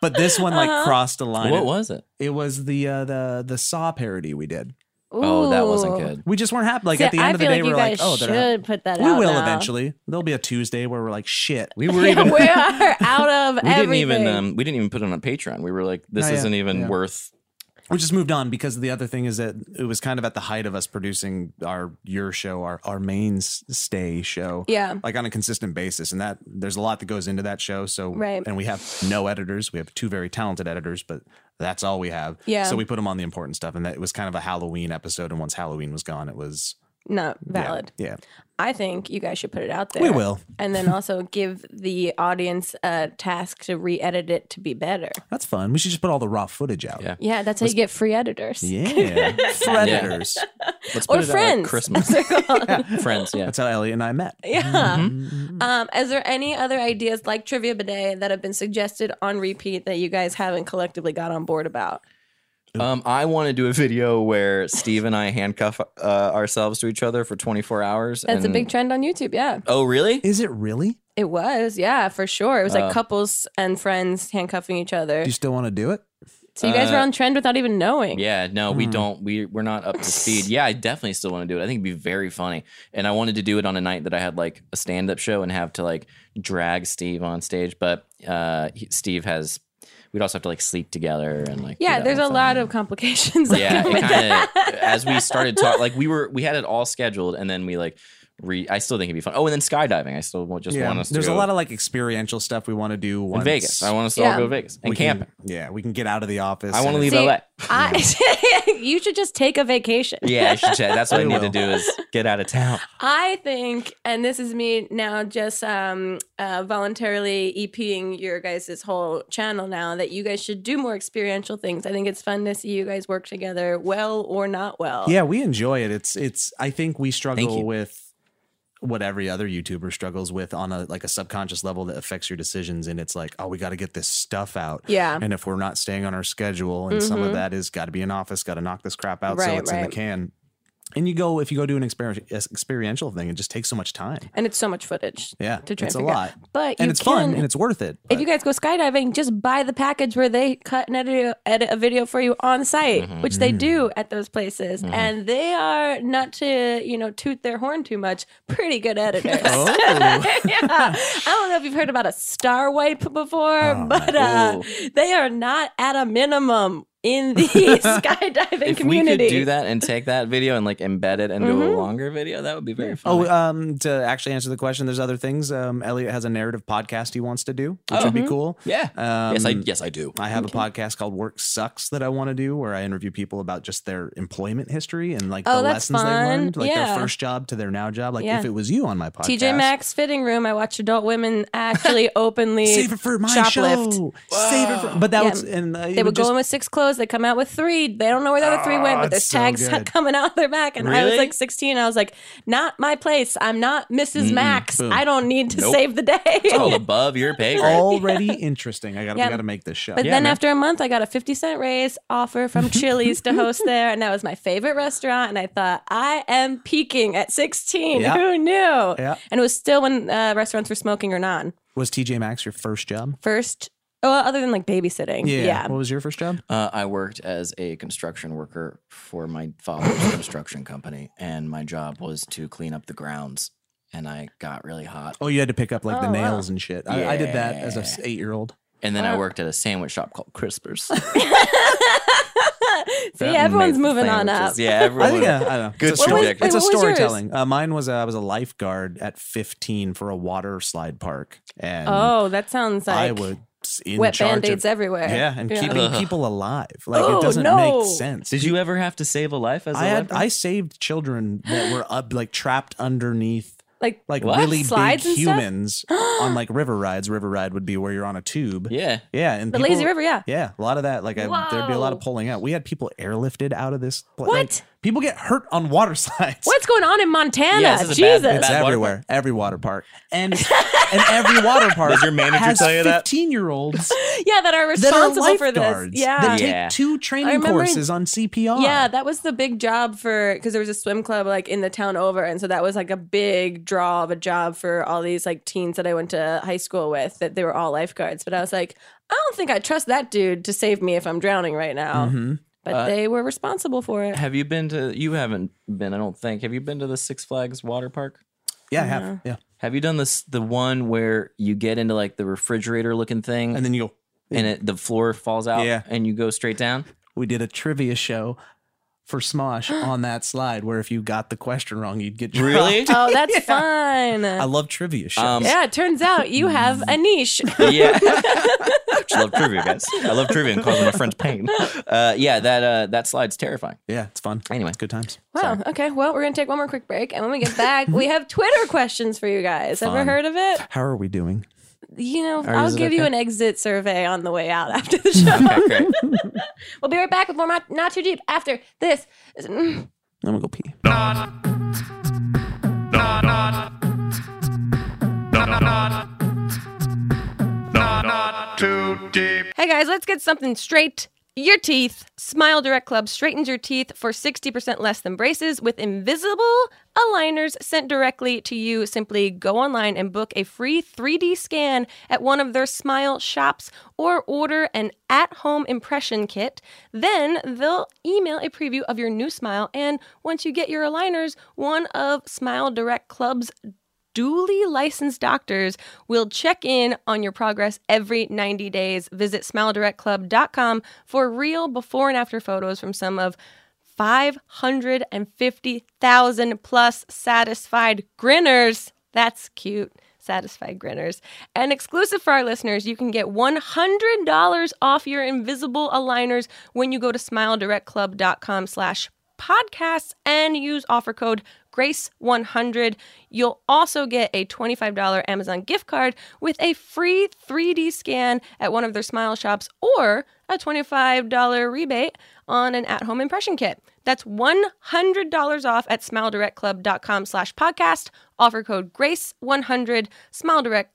but this one like
Uh-huh.
crossed a line.
What was it?
it was the uh, the the Saw parody we did.
Oh, that wasn't
Ooh.
good.
We just weren't happy. Like
See,
at the end
I
of the
feel like
day, we
you
were like,
guys
oh, they're
should put that
we
out.
will
now. [laughs]
eventually. There'll be a Tuesday where we're like, shit.
We were
Yeah,
even.
we are out of
we didn't
everything.
even um, we didn't even put it on Patreon. We were like, this
Oh, yeah,
isn't even
yeah.
worth.
We just moved on because the other thing is that it was kind of at the height of us producing our your show, our our mainstay show.
Yeah.
Like on a consistent basis. And that there's a lot that goes into that show. So
Right.
and we have no editors. We have two very talented editors, but that's all we have.
Yeah.
So we put them on the important stuff. And that it was kind of a Halloween episode. And once Halloween was gone, it was
Not
yeah,
valid.
Yeah.
I think you guys should put it out there.
We will.
And then also [laughs] give the audience a task to re edit it to be better.
That's fun. We should just put all the raw footage out.
Yeah.
Yeah, that's how you get free editors. [laughs]
Yeah. Predators.
Let's
Or
put it out at
friends. [laughs]
Christmas. [laughs] friends. Yeah. Mm-hmm.
That's how Elliot and I met.
Yeah. Um, is there any other ideas like Trivia Bidet that have been suggested on repeat that you guys haven't collectively got on board about?
Um, I want to do a video where Steve and I handcuff uh, ourselves to each other for 24 hours.
That's a
and-
big trend on YouTube. Yeah.
Oh, really?
Is it really?
It was. Yeah, for sure. It was
Uh,
like couples and friends handcuffing each other.
Do you still want to do it?
So you guys were on trend without even knowing.
uh, Yeah, no,
Hmm.
we don't. We we're not up to speed. Yeah, I definitely still want to do it. I think it'd be very funny. And I wanted to do it on a night that I had like a stand up show and have to like drag Steve on stage. But uh, he, Steve has. We'd also have to like sleep together and like. do
Yeah,
that
there's
whole
a
thing.
lot of [laughs] complications. that
Yeah,
come with
it
that.
kind of. as we started talking, like we were, we had it all scheduled, and then we like re. I still think it'd be fun. Oh, and then skydiving. I still wa- just want us.
There's
to
a
go
lot of like experiential stuff we want to do.
in
Once
Vegas. I want us to
Yeah.
all go to Vegas and
we
camp.
can, yeah, we can get out of the office.
I want to
and-
leave
See,
LA.
I, [laughs] you should just take a vacation.
Yeah, I should say that's what I
[laughs] We
need to
will.
do is get out
[laughs]
of town.
I think, and this is me now just um, uh, voluntarily EPing your guys' whole channel now, that you guys should do more experiential things. I think it's fun to see you guys work together well or not well.
Yeah, we enjoy it. It's it's. I think
Thank
we
you.
struggle with what every other YouTuber struggles with on a like a subconscious level that affects your decisions. And it's like, oh, we got to get this stuff out.
Yeah. Mm-hmm.
And if we're not staying on our schedule, and some of that is got to be in office, got to knock this crap out so
Right,
it's in
right.
the can. And you go if you go do an exper- experiential thing, it just takes so much time.
And it's so much footage.
Yeah,
To try
it's a
and figure
lot,
out. But
and
you
it's
can-
fun and it's worth it.
If you guys go skydiving, just buy the package where they cut and edit, edit a video for you on site,
Mm-hmm.
which they do at those places. And they are not to, you know, toot their horn too much, pretty good
[laughs]
editors.
oh,
[laughs] yeah. I don't know if you've heard about a star wipe before,
Oh,
but uh, they are not at a minimum in
[laughs]
the [laughs] skydiving
If
community. Mm-hmm.
we could do that and take that video and like embed it into a longer video, that would be very fun.
oh, um, to actually answer the question, there's other things. Um, Elliot has a narrative podcast he wants to do, which would be
Oh.
cool.
yeah.
Um,
yes, I yes I do.
I have a podcast called Work Sucks that I want to do where I interview people about just their employment history and like
Oh,
the
that's
lessons
fun.
they learned, like
Yeah.
their first job to their now job. Like
Yeah.
if it was you on my podcast.
TJ Maxx fitting room. I watch adult women
[laughs]
actually openly
Save it for my
shoplift.
show. Save it for, but that
Yeah.
was, and uh, it
They would go
just- [laughs] Ah,
in with six clothes. They come out with three. They don't know where the other three went, but there's
it's so
tags [laughs]
good.
coming out their back. And I was
Really?
like 16. I was like, not my place. I'm not missus Max.
Boom.
I don't need to
Nope.
save the day.
[laughs]
Oh, above your pay grade.
[laughs]
already interesting. I gotta,
Yeah.
we gotta make this show.
[laughs] But
Yeah,
then
man.
after a month, I got a 50 cent raise offer
[laughs]
from Chili's to host there. And that was my favorite restaurant. And I thought, I am peaking at 16.
Yeah.
Who knew?
Yeah.
And it was still when uh, restaurants were smoking or non.
was TJ Maxx your first job?
First, oh, well, other than like babysitting. Yeah. [laughs]
What was your first job?
Uh, I worked as a construction worker for my
[coughs]
father's construction company, and my job was to clean up the grounds. And I got really hot.
Oh, you had to pick up like
Oh, wow.
the nails and shit. I, I did that as
Yeah.
a eight year old.
And then I worked at a sandwich shop called
[laughs]
Crispers.
See, everyone's moving on up.
Yeah,
[laughs]
everyone.
Oh, yeah, I don't know.
Good
it's a,
What was-
story,
trajectory.
it's a
wait, what was yours?
storytelling. Uh, mine was uh, I was a lifeguard at 15 for a water slide park, and
Oh, that sounds like
I was in
wet
charge
band aids
of,
everywhere.
Yeah, and keeping people alive. Like
Oh,
it doesn't
no.
make sense.
Did you ever have to save a life as a
I had
lifeguard?
I saved children that were up, like trapped underneath
Like,
like
What?
really
Slides and
big
stuff?
humans
[gasps]
on like river rides. River ride would be where you're on a tube.
yeah.
Yeah, and
the
people-
lazy river. Yeah.
yeah, a lot of that. Like, I, there'd be a lot of
Whoa.
pulling out. We had people airlifted out of this. pla- like,
What?
people get hurt on water [laughs] slides.
What's going on in Montana?
Yeah, this is a bad-
Jesus.
It's
Bad water
everywhere. every water park, and
[laughs]
and every water park.
Does your manager
has
tell you that?
[laughs]
Fifteen-year-olds
yeah, that are
that are
responsible for this.
lifeguards
Yeah.
that
Yeah.
take two training
remember in-
courses on CPR.
Yeah, that was the big job for because there was a swim club like in the town over, and so that was like a big draw of a job for all these like teens that I went to high school with that they were all lifeguards. But I was like, I don't think I trust that dude to save me if I'm drowning right now.
Mm-hmm.
But
Uh,
they were responsible for
[laughs]
it.
Have you been to? You haven't been, I don't think. Have you been to the Six Flags water park?
yeah, I have. Yeah,
Have you done this? The one where you get into like the refrigerator looking thing,
and
and,
then you go.
it the floor falls out,
Yeah.
and you go straight down.
We did a trivia show for
[gasps]
Smosh on that slide, where if you got the question wrong, you'd get dropped.
Really?
Oh, that's
[laughs] I
fun.
love trivia shows.
[laughs]
[laughs]
Um,
Yeah, it turns out you have a niche.
yeah. [laughs] Just love trivia, guys. I love trivia and causing my friends pain. Uh, yeah, that uh, that slide's terrifying.
yeah, it's fun.
Anyway.
it's good times.
Wow. Okay. Well, we're gonna take one more quick break, and when we get back, we have Twitter questions for you guys. Ever
Fun.
heard of it?
How are we doing?
You know,
Or
I'll
is it
give you
okay?
an exit survey on the way out after the show.
[laughs] Okay, great.
We'll be right back with more Not, Not Too Deep after this. Mm.
I'm gonna go pee.
Not too deep.
Hey guys, let's get something straight. Your teeth. Smile Direct Club straightens your teeth for 60% less than braces with invisible aligners sent directly to you. Simply go online and book a free 3D scan at one of their Smile shops or order an at home impression kit. Then they'll email a preview of your new smile. And once you get your aligners, one of Smile Direct Club's duly licensed doctors will check in on your progress every 90 days. Visit smiledirectclub.com for real before and after photos from some of
550,000 plus satisfied grinners. That's cute. Satisfied grinners. And exclusive for our listeners, you can get $100 off your invisible aligners when you go to smiledirectclub.com slash podcasts and use offer code GRACE100. You'll also get a $25 Amazon gift card with a free 3D scan at one of their smile shops or a $25 rebate on an at-home impression kit. That's $100 off at smiledirectclub.com slash podcast. Offer code GRACE100,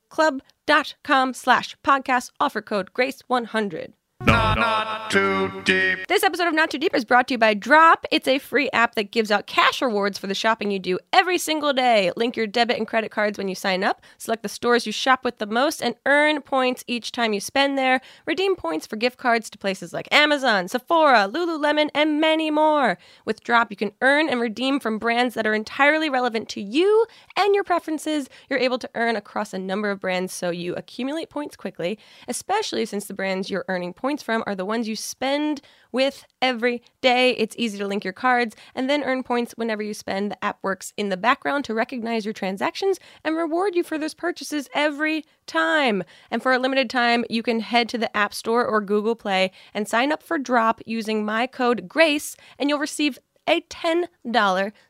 smiledirectclub.com slash podcast. Offer code GRACE100.
Not too deep.
This episode of Not Too Deep is brought to you by Drop. It's a free app that gives out cash rewards for the shopping you do every single day. Link your debit and credit cards when you sign up, select the stores you shop with the most, and earn points each time you spend there. Redeem points for gift cards to places like Amazon, Sephora, Lululemon, and many more. With Drop, you can earn and redeem from brands that are entirely relevant to you and your preferences. You're able to earn across a number of brands so you accumulate points quickly, especially since the brands you're earning points from are the ones you spend with every day. It's easy to link your cards and then earn points whenever you spend. The app works in the background to recognize your transactions and reward you for those purchases every time. And for a limited time, you can head to the App Store or Google Play and sign up for Drop using my code GRACE, and you'll receive a $10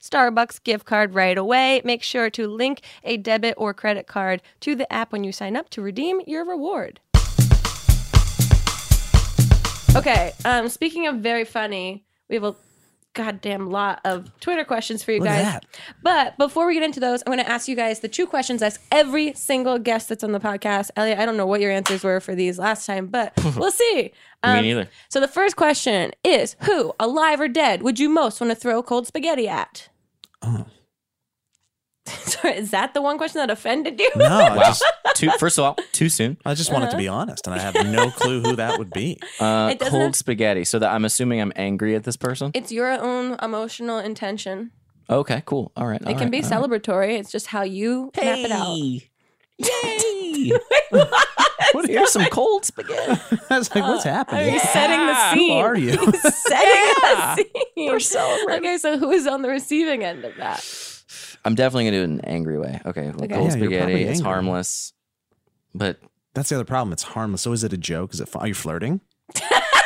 Starbucks gift card right away. Make sure to link a debit or credit card to the app when you sign up to redeem your reward. Okay. Um, speaking of very funny, we have a goddamn lot of Twitter questions for you
Look at
guys.
that.
But before we get into those, I'm going to ask you guys the two questions I ask every single guest that's on the podcast. Elliot, I don't know what your answers were for these last time, but we'll see. Um,
Me neither.
So the first question is Who, alive or dead, would you most want to throw cold spaghetti at? [laughs] Sorry, is that the one question that offended you?
No, I
Wow.
just,
too, first of all, too soon.
I just
Uh-huh.
wanted to be honest, and I have no clue who that would
[laughs]
be.
Uh,
It doesn't
cold
have-
spaghetti. So that I'm assuming I'm angry at this person.
[laughs] It's your own emotional intention.
Okay, cool. All right.
It can be celebratory. It's just how you map it out. [laughs]
Yay! Here's some cold spaghetti. [laughs]
I was like,
Uh,
what's happening?
He's setting the
Who
scene.
are you?
[laughs] setting the scene.
celebrating.
Okay, so who is on the receiving end of that?
I'm definitely gonna do it in an angry way. Okay, well,
Okay.
cold
Yeah, you're
spaghetti.
probably
It's
angry.
harmless, but
That's the other problem. It's harmless. So is it a joke? Is it? Fun? Are
[laughs]
you flirting?
I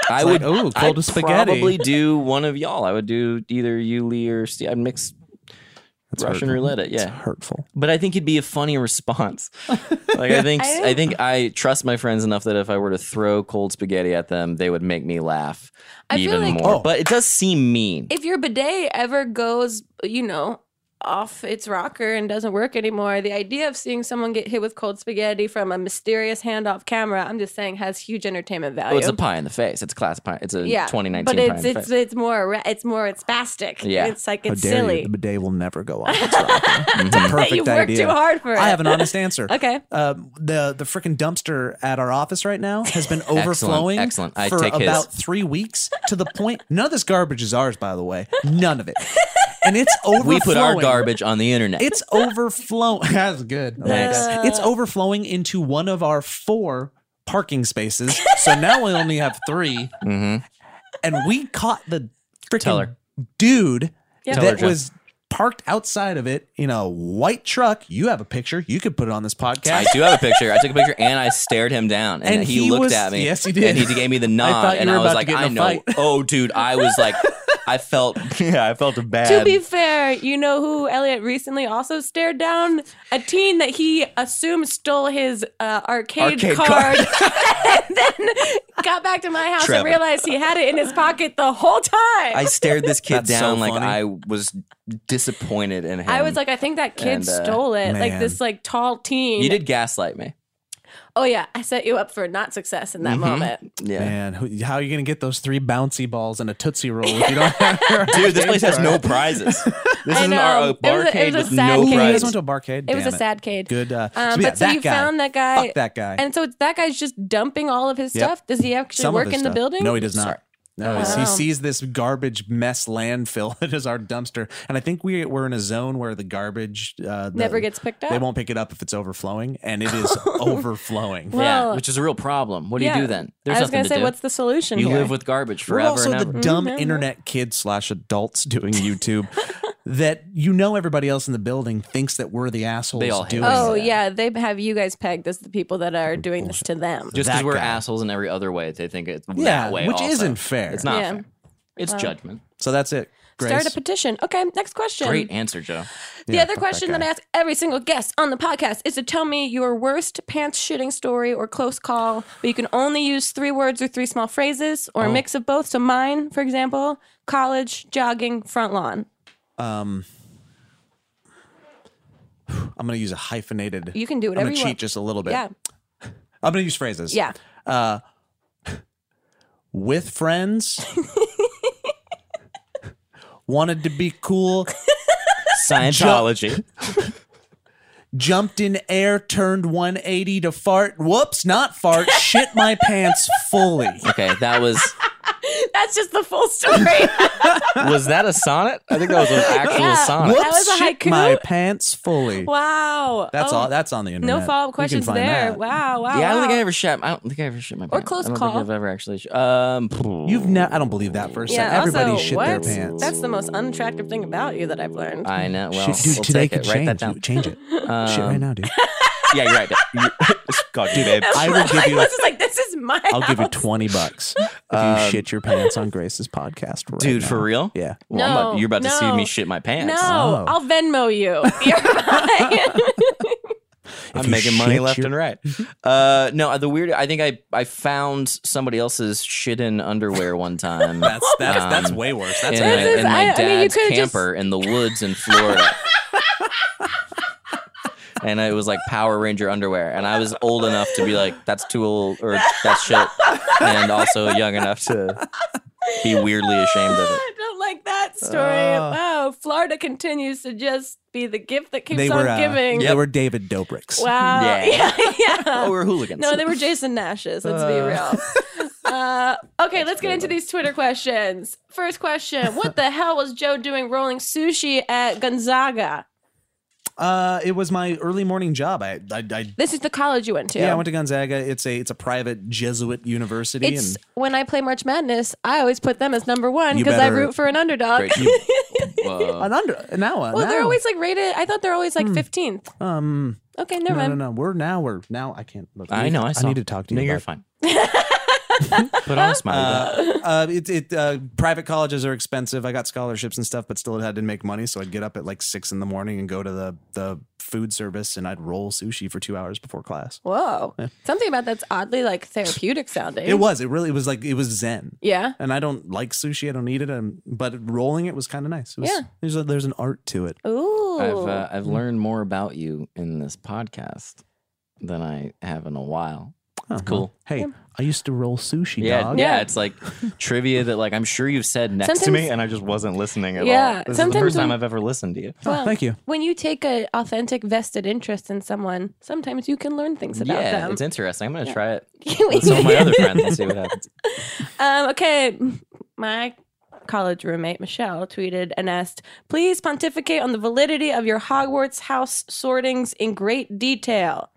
It's like,
would.
"Ooh, cold
I'd
spaghetti."
probably do one of y'all. I would do either you, Lee, or Steve. I'd mix
That's
Russian
hurtful.
roulette. It,
It's
yeah,
hurtful.
but I think it'd be a funny [laughs] response. like I
[laughs]
think
I
I, think I trust my friends enough that if I were to throw cold spaghetti at them, they would make me laugh
I feel
even
like-
more.
Oh.
But it does seem mean.
if your bidet ever goes, you know, off its rocker and doesn't work anymore, the idea of seeing someone get hit with cold spaghetti from a mysterious hand off camera, I'm just saying, has huge entertainment value.
oh, it's a pie in the face. It's a class pie. It's a
yeah,
2019
but
pie
it's
in the
it's
face.
it's more ra- it's more it's spastic.
Yeah.
it's like
How
it's
dare you.
silly.
The bidet will never go
[laughs]
on. It's rotten. It's a perfect
You've worked
idea.
too hard for it.
I have an honest answer.
[laughs] Okay.
Uh, the the freaking dumpster at our office right now has been
[laughs]
overflowing
excellent. I
for
take his.
about three weeks to the point. None of this garbage is ours, by the way. None of it. And it's
[laughs]
overflowing.
We put our garbage on the internet.
It's overflowing. [laughs] That's good. I like that. It's overflowing into one of our four parking spaces. So now we only have 3
Mm-hmm.
And we caught the
Tell
freaking
her.
dude
Tell her,
that
Jeff.
was parked outside of it in a white truck. You have a picture. You could put it on this podcast.
I do have a picture. I took a picture and I stared him down, and,
And
he,
he
looked
was-
at me.
yes, he did.
And he gave me the nod,
thought you
and
were
I was
about to
like,
get in
I
a
know.
fight.
Oh, dude, I was like, I
[laughs]
felt, yeah, I felt bad.
To be fair, you know who Elliot recently also stared down? A teen that he assumed stole his uh, arcade,
Arcade
card, [laughs] and then got back to my house and
Trevor.
realized he had it in his pocket the whole time.
I
I,
stared this kid
That's so
down like
funny.
I was disappointed in him.
was like, I think that kid
And, uh,
stole it. Like
man.
this, like tall teen.
you did gaslight me.
Oh yeah, I set you up for not success in that
Mm-hmm.
moment.
Yeah.
Man, who, how are you going to get those three bouncy balls and a Tootsie Roll if
[laughs]
you don't have your
Dude, this place has no
arcade
prizes. [laughs] This
I
is an
know.
ar- a
It was a- it
barcade
was a
with
sad case.
no
card? Ooh, you guys
prizes.
went to a barcade?
It was
Damn
a sad kid.
Good. Uh,
Um,
so yeah,
but so
that
you
guy.
found that guy.
Fuck that guy.
And so that guy's just dumping all of his
Yep.
stuff. Does he actually
Some of
work
his
in the
stuff.
building? Um.
No, he does not. No, he sees this garbage mess landfill [laughs] that is our dumpster, and I think we we're in a zone where the garbage uh, the-
Never gets picked
They
up?
won't pick it up if it's overflowing, and it
[laughs]
is overflowing.
Well-
yeah, which is a real problem. What do
Yeah.
you do then? There's
I was
nothing
gonna
to
say,
do.
what's the solution?
you
here?
live with garbage
We're
forever
also
and ever.
the dumb internet kids slash adults
[laughs]
doing YouTube that you know everybody else in the building thinks that we're the assholes
They all hate
doing.
us.
Oh
it.
yeah, they have you guys pegged as the people that are doing this to them.
Just because
that
we're
guy.
assholes in every other way, they think it's
Yeah,
that way.
which
also.
isn't fair.
It's not
Yeah.
fair. It's judgment.
So that's it. Grace.
Start a petition. Okay, next question.
Great answer, Joe.
The other question that I ask every single guest on the podcast is to tell me your worst pants shitting story or close call, but you can only use three words or three small phrases
Oh.
or a mix of both. So mine, for example, college, jogging, front lawn.
I'm going to use a hyphenated.
You can do
I'm
whatever
going to
you
cheat
want.
just a little bit.
yeah.
I'm going to use phrases.
Yeah. [laughs] [laughs]
With friends. wanted to be cool.
Scientology.
Jumped in air, turned 180 to fart. Whoops, not
[laughs]
fart. Shit my pants fully.
okay, that was
That's just the full story.
[laughs]
that
was that a sonnet? I think that
[laughs]
was an actual
Yeah.
sonnet.
What?
Whoops,
was a
shit
haiku?
my pants fully.
Wow.
That's
Oh,
all. That's on the internet.
No follow
You
up
can
questions
find
there.
that.
Wow. Wow.
Yeah, I don't think I
wow.
ever shit. I don't think I ever shit my pants.
close
I don't
call.
Think I've ever actually. Sh- um,
You've never. I don't believe that for a second.
Yeah,
Everybody
also,
shit
what?
their pants.
That's the most unattractive thing about you that I've learned.
I know. Well,
shit, dude,
we'll
today
take
could
it. Write
change.
that down. Um,
Change it. shit right now, dude.
Yeah, you're right. God, babe.
I will
[laughs]
give
I
[laughs]
you.
was just like, this is my.
I'll give you
house.
twenty bucks if you shit your pants on Grace's podcast, right
Um, Dude,
now.
for real?
Yeah.
Well, I'm about-
No,
you're about to see
no.
me shit my pants.
No,
Oh.
I'll Venmo
[laughs]
you. [laughs] You're fine.
If
I'm
you
making
shit
money left
your-
and right. Uh, no, the weird. I think I I found somebody else's shit in underwear one time.
That's that's that's
Um,
way worse. That's
in,
This
my-
is-
in my
I- I
dad's
mean, you could've just-
camper in the woods in Florida. and it was like Power Ranger underwear. And I was old enough to be like, that's too old or that's shit. And also young enough to be weirdly ashamed of it.
I don't like that story.
Oh.
wow, Florida continues to just be the gift that keeps
they
on
were uh,
giving.
they were David Dobrik's.
Wow.
Yeah.
[laughs] Yeah.
[laughs]
yeah.
Oh, we're hooligans.
No, they were Jason Nash's. Let's be
[laughs]
real. Uh, okay, let's get into these Twitter questions. First question: What
[laughs]
the hell was Joe doing rolling sushi at Gonzaga?
Uh, it was my early morning job. I I, I
This is the college you went to.
yeah, I went to Gonzaga. It's a it's a private Jesuit university,
It's
and
when I play March Madness, I always put them as number one
You
because I
better-
root for an underdog.
[laughs] Great. uh, You- [laughs] Whoa.
an under an hour.
[laughs] Well, they're
now. Hmm.
always like rated. I thought they're always like fifteenth.
um.
Okay, never
No,
mind.
no, no. We're now we're now. I can't. Look,
I know. I, saw.
need to talk to you.
No, you're
about-
fine.
[laughs]
Put on a smile.
uh, it, it uh, private colleges are expensive. I got scholarships and stuff, but still, it had to make money. So I'd get up at like six in the morning and go to the the food service, and I'd roll sushi for two hours before class.
Whoa, something about that's oddly like therapeutic sounding.
It was. It really. It was like it was zen.
Yeah.
And I don't like sushi. I don't eat it. Um but rolling it was kind of nice. It was,
Yeah.
There's a, there's an art to it.
Ooh.
I've uh, I've learned more about you in this podcast than I have in a while.
It's
cool.
Oh, Hey, I used to roll sushi.
Yeah,
dog.
yeah,
Yeah.
it's like trivia that like I'm sure you've said next to
Sometimes-
me, and I just wasn't listening at
Yeah,
all. This is the
sometimes
first time
when-
I've ever listened to you.
Well,
Oh, thank you.
When you take a authentic vested interest in someone, sometimes you can learn things about
yeah,
them.
it's interesting. I'm gonna try it
You- [laughs]
with some of my other friends and see what happens.
Um, okay, my college roommate Michelle tweeted and asked, "Please pontificate on the validity of your Hogwarts house sortings in great detail."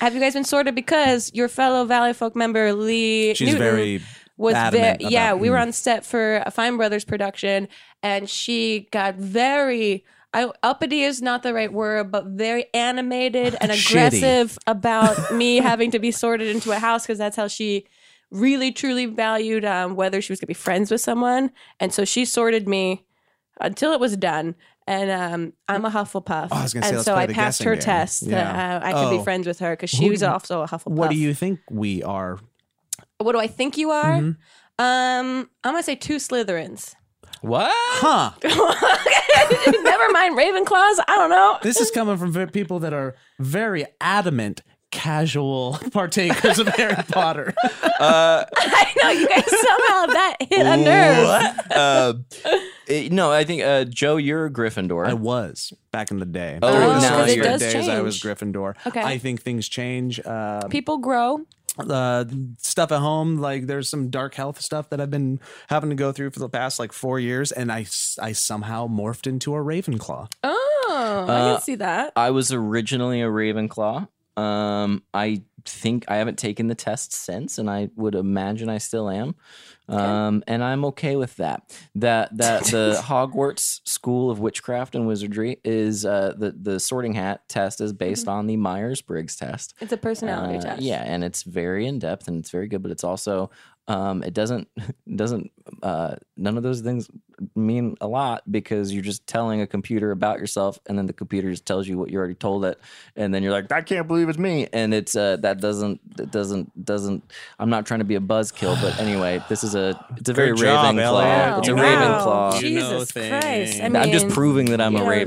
Have you guys been sorted? Because your fellow Valley Folk member Lee
She's
Newton
very
was very
adamant
yeah.
about- Mm.
We were on set for a Fine Brothers production, and she got very. I, uppity is not the right word, but very animated and
[laughs] Shitty.
aggressive
[laughs]
about me having to be sorted into a house because that's how she really truly valued um, whether she was going to be friends with someone. And so she sorted me until it was done. And um, I'm a Hufflepuff.
Oh, I was gonna say,
and
let's
so
play
I
the
passed
guessing
her
game.
test
Yeah.
that uh, I could
Oh.
be friends with her because
Who
she was
do-
also a Hufflepuff.
What do you think we are?
What do I think you are?
Mm-hmm.
Um, I'm gonna say two Slytherins. [laughs]
What?
Huh.
Never mind Ravenclaws. I don't know. [laughs]
This is coming from ve- people that are very adamant, casual [laughs] partakers of Harry Potter.
I know you guys somehow that hit a nerve.
What? Uh, eh, no, I think uh, Joe, you're a Gryffindor.
I was back in the day.
Oh,
During the
now
Slytherin
it does
days, I was
change.
Gryffindor.
Okay.
I think things change. Uh,
People grow.
uh, stuff at home. Like there's some dark health stuff that I've been having to go through for the past like four years, and I s- I somehow morphed into a Ravenclaw.
Oh, I
Uh,
can see that.
I was originally a Ravenclaw. Um, I think I haven't taken the test since, and I would imagine I still am. Um, and I'm okay with that. That
[laughs]
that the Hogwarts School of Witchcraft and Wizardry is uh, the the Sorting Hat test is based on the Myers Briggs test.
Mm-hmm. It's a personality
Uh,
test.
Yeah, and it's very in depth and it's very good, but it's also um, it doesn't [laughs] doesn't uh, none of those things mean a lot because you're just telling a computer about yourself, and then the computer just tells you what you already told it, and then you're like, I can't believe it's me, and it's uh, that doesn't it doesn't doesn't. I'm not trying to be a buzzkill,
[sighs]
but anyway, this is a it's a very
Good job,
Ravenclaw.
Elliot.
It's a
Wow.
Ravenclaw.
You know
Jesus Christ. I
things.
mean,
I'm just proving that I'm a
you know,
[laughs]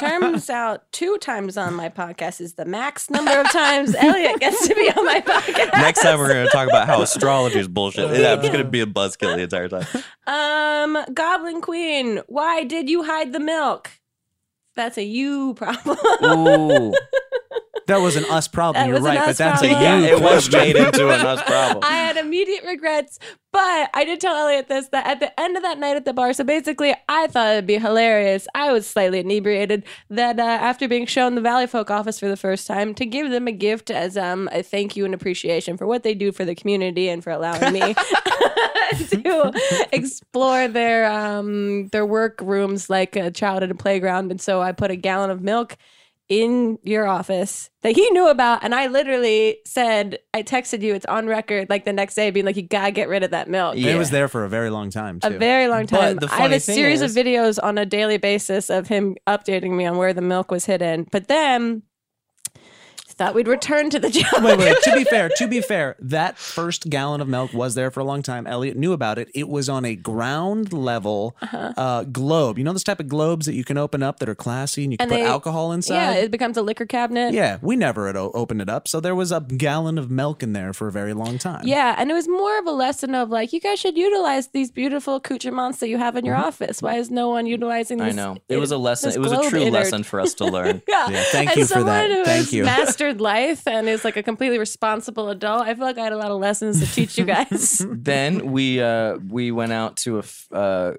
[laughs] Turns out two times on my podcast is the max number of times Elliot gets to be on my podcast. [laughs]
[laughs] Next time we're going to talk about how astrology is bullshit. I'm just going to be a buzzkill the entire time.
Um, Goblin Queen, why did you hide the milk? That's a you problem.
Ooh.
That
[laughs]
was an us problem.
That
You're
was an
right, but
us
that's
problem.
a
yeah,
you.
it was
question.
made into an
[laughs]
us
[laughs]
problem.
I had immediate regrets, but I did tell Elliot this that at the end of that night at the bar. So basically, I thought it'd be hilarious. I was slightly inebriated that uh, after being shown the Valley Folk office for the first time, to give them a gift as um, a thank you and appreciation for what they do for the community and for allowing me [laughs] to explore their um, their work rooms like a child at a playground. And so I put a gallon of milk in your office that he knew about. And I literally said, I texted you, it's on record, like the next day, being like, you gotta get rid of that milk.
And It was there for a very long time too.
A very long
But
time.
the
I have
funny
a
thing
series
is-
of videos on a daily basis of him updating me on where the milk was hidden. But then thought we'd return to the [laughs] job.
wait, wait. To be fair, to be fair, that first gallon of milk was there for a long time. Elliot knew about it. It was on a ground level
Uh-huh.
uh, globe. You know those type of globes that you can open up that are classy and you can
And
put
they-
alcohol
yeah,
inside.
it becomes a liquor cabinet.
yeah, we never had o- opened it up, so there was a gallon of milk in there for a very long time.
Yeah, and it was more of a lesson of like you guys should utilize these beautiful accoutrements that you have in your office. Why is no one utilizing
Mm-hmm. I
these?
know. It was a lesson.
this
It was a
globe
true
innard?
lesson for us to learn.
[laughs] Yeah.
Yeah, thank you
As
for
someone
that.
who
Thank
has
you.
mastered life and is like a completely responsible adult, I feel like I had a lot of lessons to teach
[laughs]
you guys.
then we uh, we went out to a f- uh,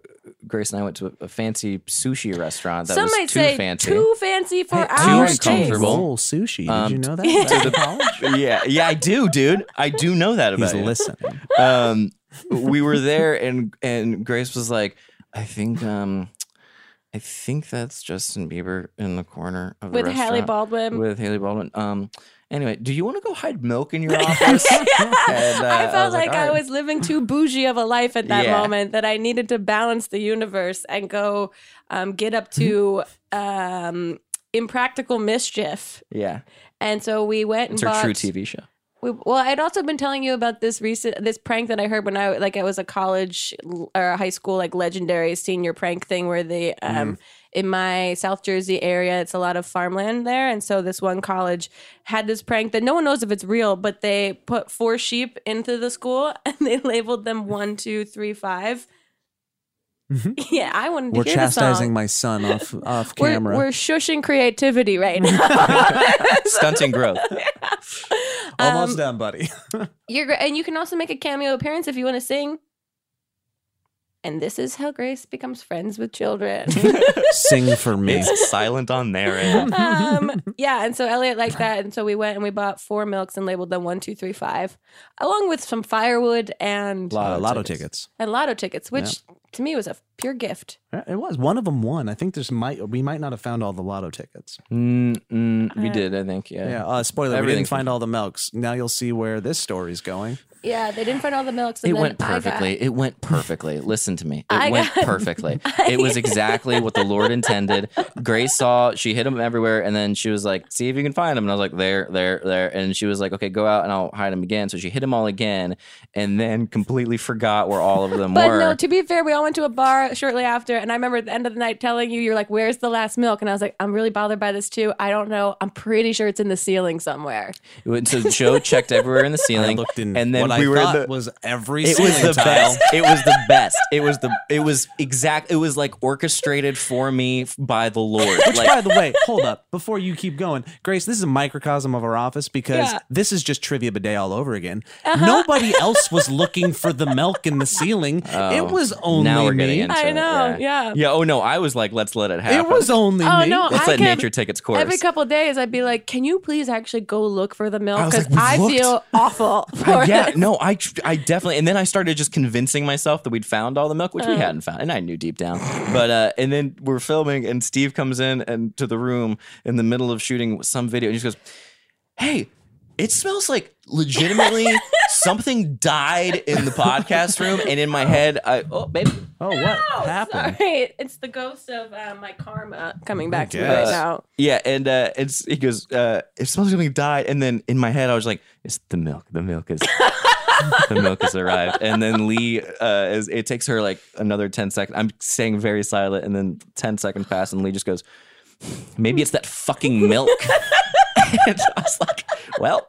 Grace and I went to a, a fancy sushi restaurant that
Some
was
might
too
say
fancy.
too fancy for our
Too
taste.
uncomfortable.
Roll sushi. Did
Um,
you
[laughs]
know that? Back in college?
yeah, yeah, I do, dude. I do know that about
[laughs] He's
you.
listening.
um, we were there, and and Grace was like, "I think, um, I think that's Justin Bieber in the corner of the
With Halle
restaurant
Baldwin.
With Haley Baldwin. Um, anyway, do you want to go hide milk
[laughs]
in your office? And, uh,
I felt like,
"All
I
right."
was living too bougie of a life at that
Yeah.
moment that I needed to balance the universe and go um, get up to um, impractical mischief.
Yeah,
And so we went and
it's her
bought
true TV show.
We, well, I'd also been telling you about this recent this prank that I heard when I like I was a college l- or a high school like legendary senior prank thing where they
Mm-hmm.
um in my South Jersey area it's a lot of farmland there and so this one college had this prank that no one knows if it's real but they put four sheep into the school [laughs] and they labeled them one two three five. [laughs] Yeah, I wanted to
Mm-hmm. We're
hear the song.
chastising my son off off
We're-
camera.
we're shushing creativity
[laughs]
right now. [laughs]
Stunting growth.
Almost
um,
done, buddy.
You're gr- and you can also make a cameo appearance if you want to sing. And this is how Grace becomes friends with
[laughs]
children.
Sing for me.
It's silent on their
[laughs]
end.
um, yeah, and so Elliot liked that, and so we went and we bought four milks and labeled them one, two, three, five, along with some firewood and
Uh, lotto
tickets.
tickets.
and lotto tickets, which to me was a pure gift.
Yeah, Uh, It was one of them won. I think there's might we might not have found all the lotto tickets.
Mm, mm,
Uh,
we did, I think. Yeah.
Yeah. Uh, spoiler: we didn't
Everything's
find all the milks. Now you'll see where this story's going.
Yeah, they didn't find all the milks. And
It
then
went
I got-
perfectly. It went perfectly. Listen to me. It
I
went
got- [laughs]
perfectly. It was exactly what the Lord intended. Grace saw, she hit him everywhere, and then she was like, see if you can find him. And I was like, there, there, there. And she was like, okay, go out and I'll hide him again. So she hit him all again and then completely forgot where all of them
but
were.
no, to be fair, we all went to a bar shortly after, and I remember at the end of the night telling you, you're like, "Where's the last milk?" And I was like, "I'm really bothered by this too. I don't know. I'm pretty sure it's in the ceiling somewhere."
And So Joe checked everywhere in the
[laughs] I
ceiling,
looked in,
and then
what
we
I
were in
thought
the.
was every.
[laughs] it was
ceiling
the
tile.
best.
[laughs]
It was the best. It was the. It was exact. It was like orchestrated for me f- by the Lord. like,
By the way, hold up before you keep going, Grace. This is a microcosm of our office because
Yeah. Uh-huh.
this is just trivia bidet all over again.
[laughs]
Nobody else was looking for the milk in the ceiling. it was only
Oh, now we're
me.
getting into
I
it,
know,
Yeah.
yeah.
Oh no, I was like, let's let it happen.
It was only
Oh
me.
no!
Let's
I
let
kept-
nature take its course.
Every couple of days, I'd be like, "Can you please actually go look for the milk?
was
Because
like,
I
"We've
feel awful." [laughs] For
I, yeah,
this."
no, I tr- I definitely and then I started just convincing myself that we'd found all the milk, which we hadn't found, and I knew deep down. But uh, and then we're filming, and Steve comes in and to the room in the middle of shooting some video, and he just goes, "Hey." It smells like legitimately something died in the podcast room, and in my head, I oh babe,
Oh, what happened?
Sorry, it's the ghost of uh, my karma coming back to me
guess.
right now.
yeah, and uh, it's he goes, uh, it smells like something died, and then in my head, I was like, it's the milk, the milk is the milk has arrived. And then Lee, uh, is, it takes her like another 10 seconds. I'm staying very silent. And then 10 seconds pass, and Lee just goes, maybe it's that fucking milk. [laughs] and I was like, well,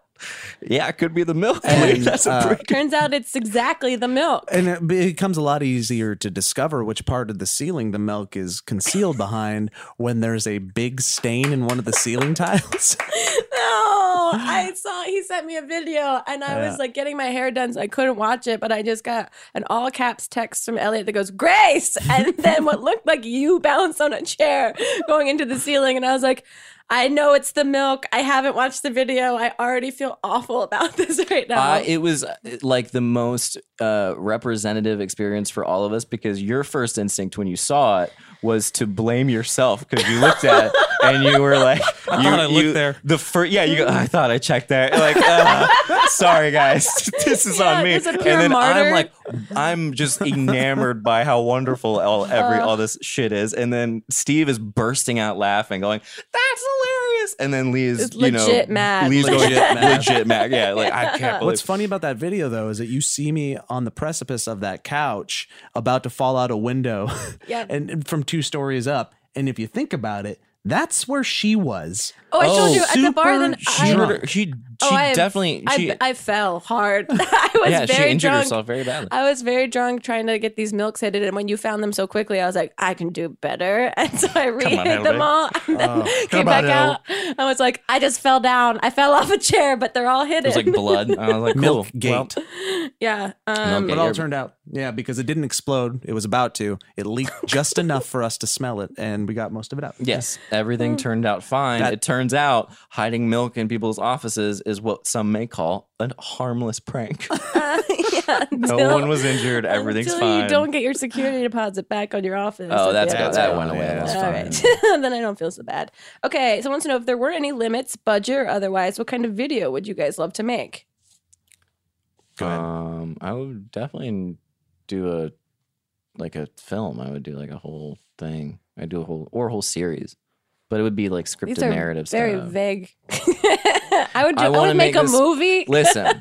yeah, it could be the milk. Like, [laughs] that's a pretty good.
Turns out it's exactly the milk.
And it becomes a lot easier to discover which part of the ceiling the milk is concealed behind when there's a big stain in one of the ceiling [laughs] tiles.
[laughs]
No, I saw he sent me a video and I was like getting my hair done, so I couldn't watch it. But I just got an all caps text from Elliot that goes, Grace! And then
[laughs]
what looked like you balanced on a chair going into the ceiling. And I was like, I know it's the milk. I haven't watched the video. I already feel awful about [laughs] this right now.
Uh, it was uh, like the most uh, representative experience for all of us because your first instinct when you saw it was to blame yourself because you
[laughs]
looked at it and you were like, I
thought I looked there.
The first, yeah, you go, I thought I checked there. Like, uh, sorry guys, [laughs] this is
Yeah,
on me.
there's a
and
pure
then I'm
martyr.
like, I'm just enamored by how wonderful all every
Uh.
all this shit is. And then Steve is bursting out laughing, going, "That's hilarious!" And then Lee is,
It's
you know,
legit mad.
Lee's going
Legit mad.
legit mad. Yeah, like I [laughs] can't believe.
What's funny about that video, though, is that you see me on the precipice of that couch about to fall out a window [laughs]
Yep.
and and from two stories up. And if you think about it, that's where she was.
oh, I told
Oh,
you at the bar then
she,
I,
drunk.
hurt her- she, she
oh, I-
definitely
I,
she,
I fell hard. [laughs] I was
yeah she
very
injured
drunk.
herself very badly.
I was very drunk trying to get these milks edited, and when you found them so quickly, I was like, I can do better. [laughs] And so I redid
Henry.
them all and then [laughs] came
Oh, come
back
on,
out. I was like, I just fell down. I fell off a chair, but they're all hidden. [laughs]
it was like blood. And I was like,
Milk
cool.
gate.
Well,
yeah.
Milk
Um,
But
gate.
it all
you're-
turned out, yeah, because it didn't explode. It was about to. It leaked just enough for us to smell it, and we got most of it out.
yes,
Mm.
everything turned out fine.
That-
it turns out hiding milk in people's offices is what some may call a harmless
[laughs]
prank.
uh, [laughs] yeah,
no
until-
one was injured. Everything's
until
fine.
you don't get your security deposit back on your office.
oh,
at
that's
the
good.
end.
that's
That
right.
went away.
Yeah.
That's
All
fine.
right. [laughs] then I don't feel so bad. Okay. So, I want to know if there were any limits, budget or otherwise, what kind of video would you guys love to make?
Go ahead.
Um, I would definitely do a like a film. I would do like a whole thing. I do a whole or a whole series, but it would be like scripted
These are
narrative
very
stuff.
vague. [laughs] I would, do,
I
I
wanna
would make,
make
a
this-
movie. [laughs]
Listen,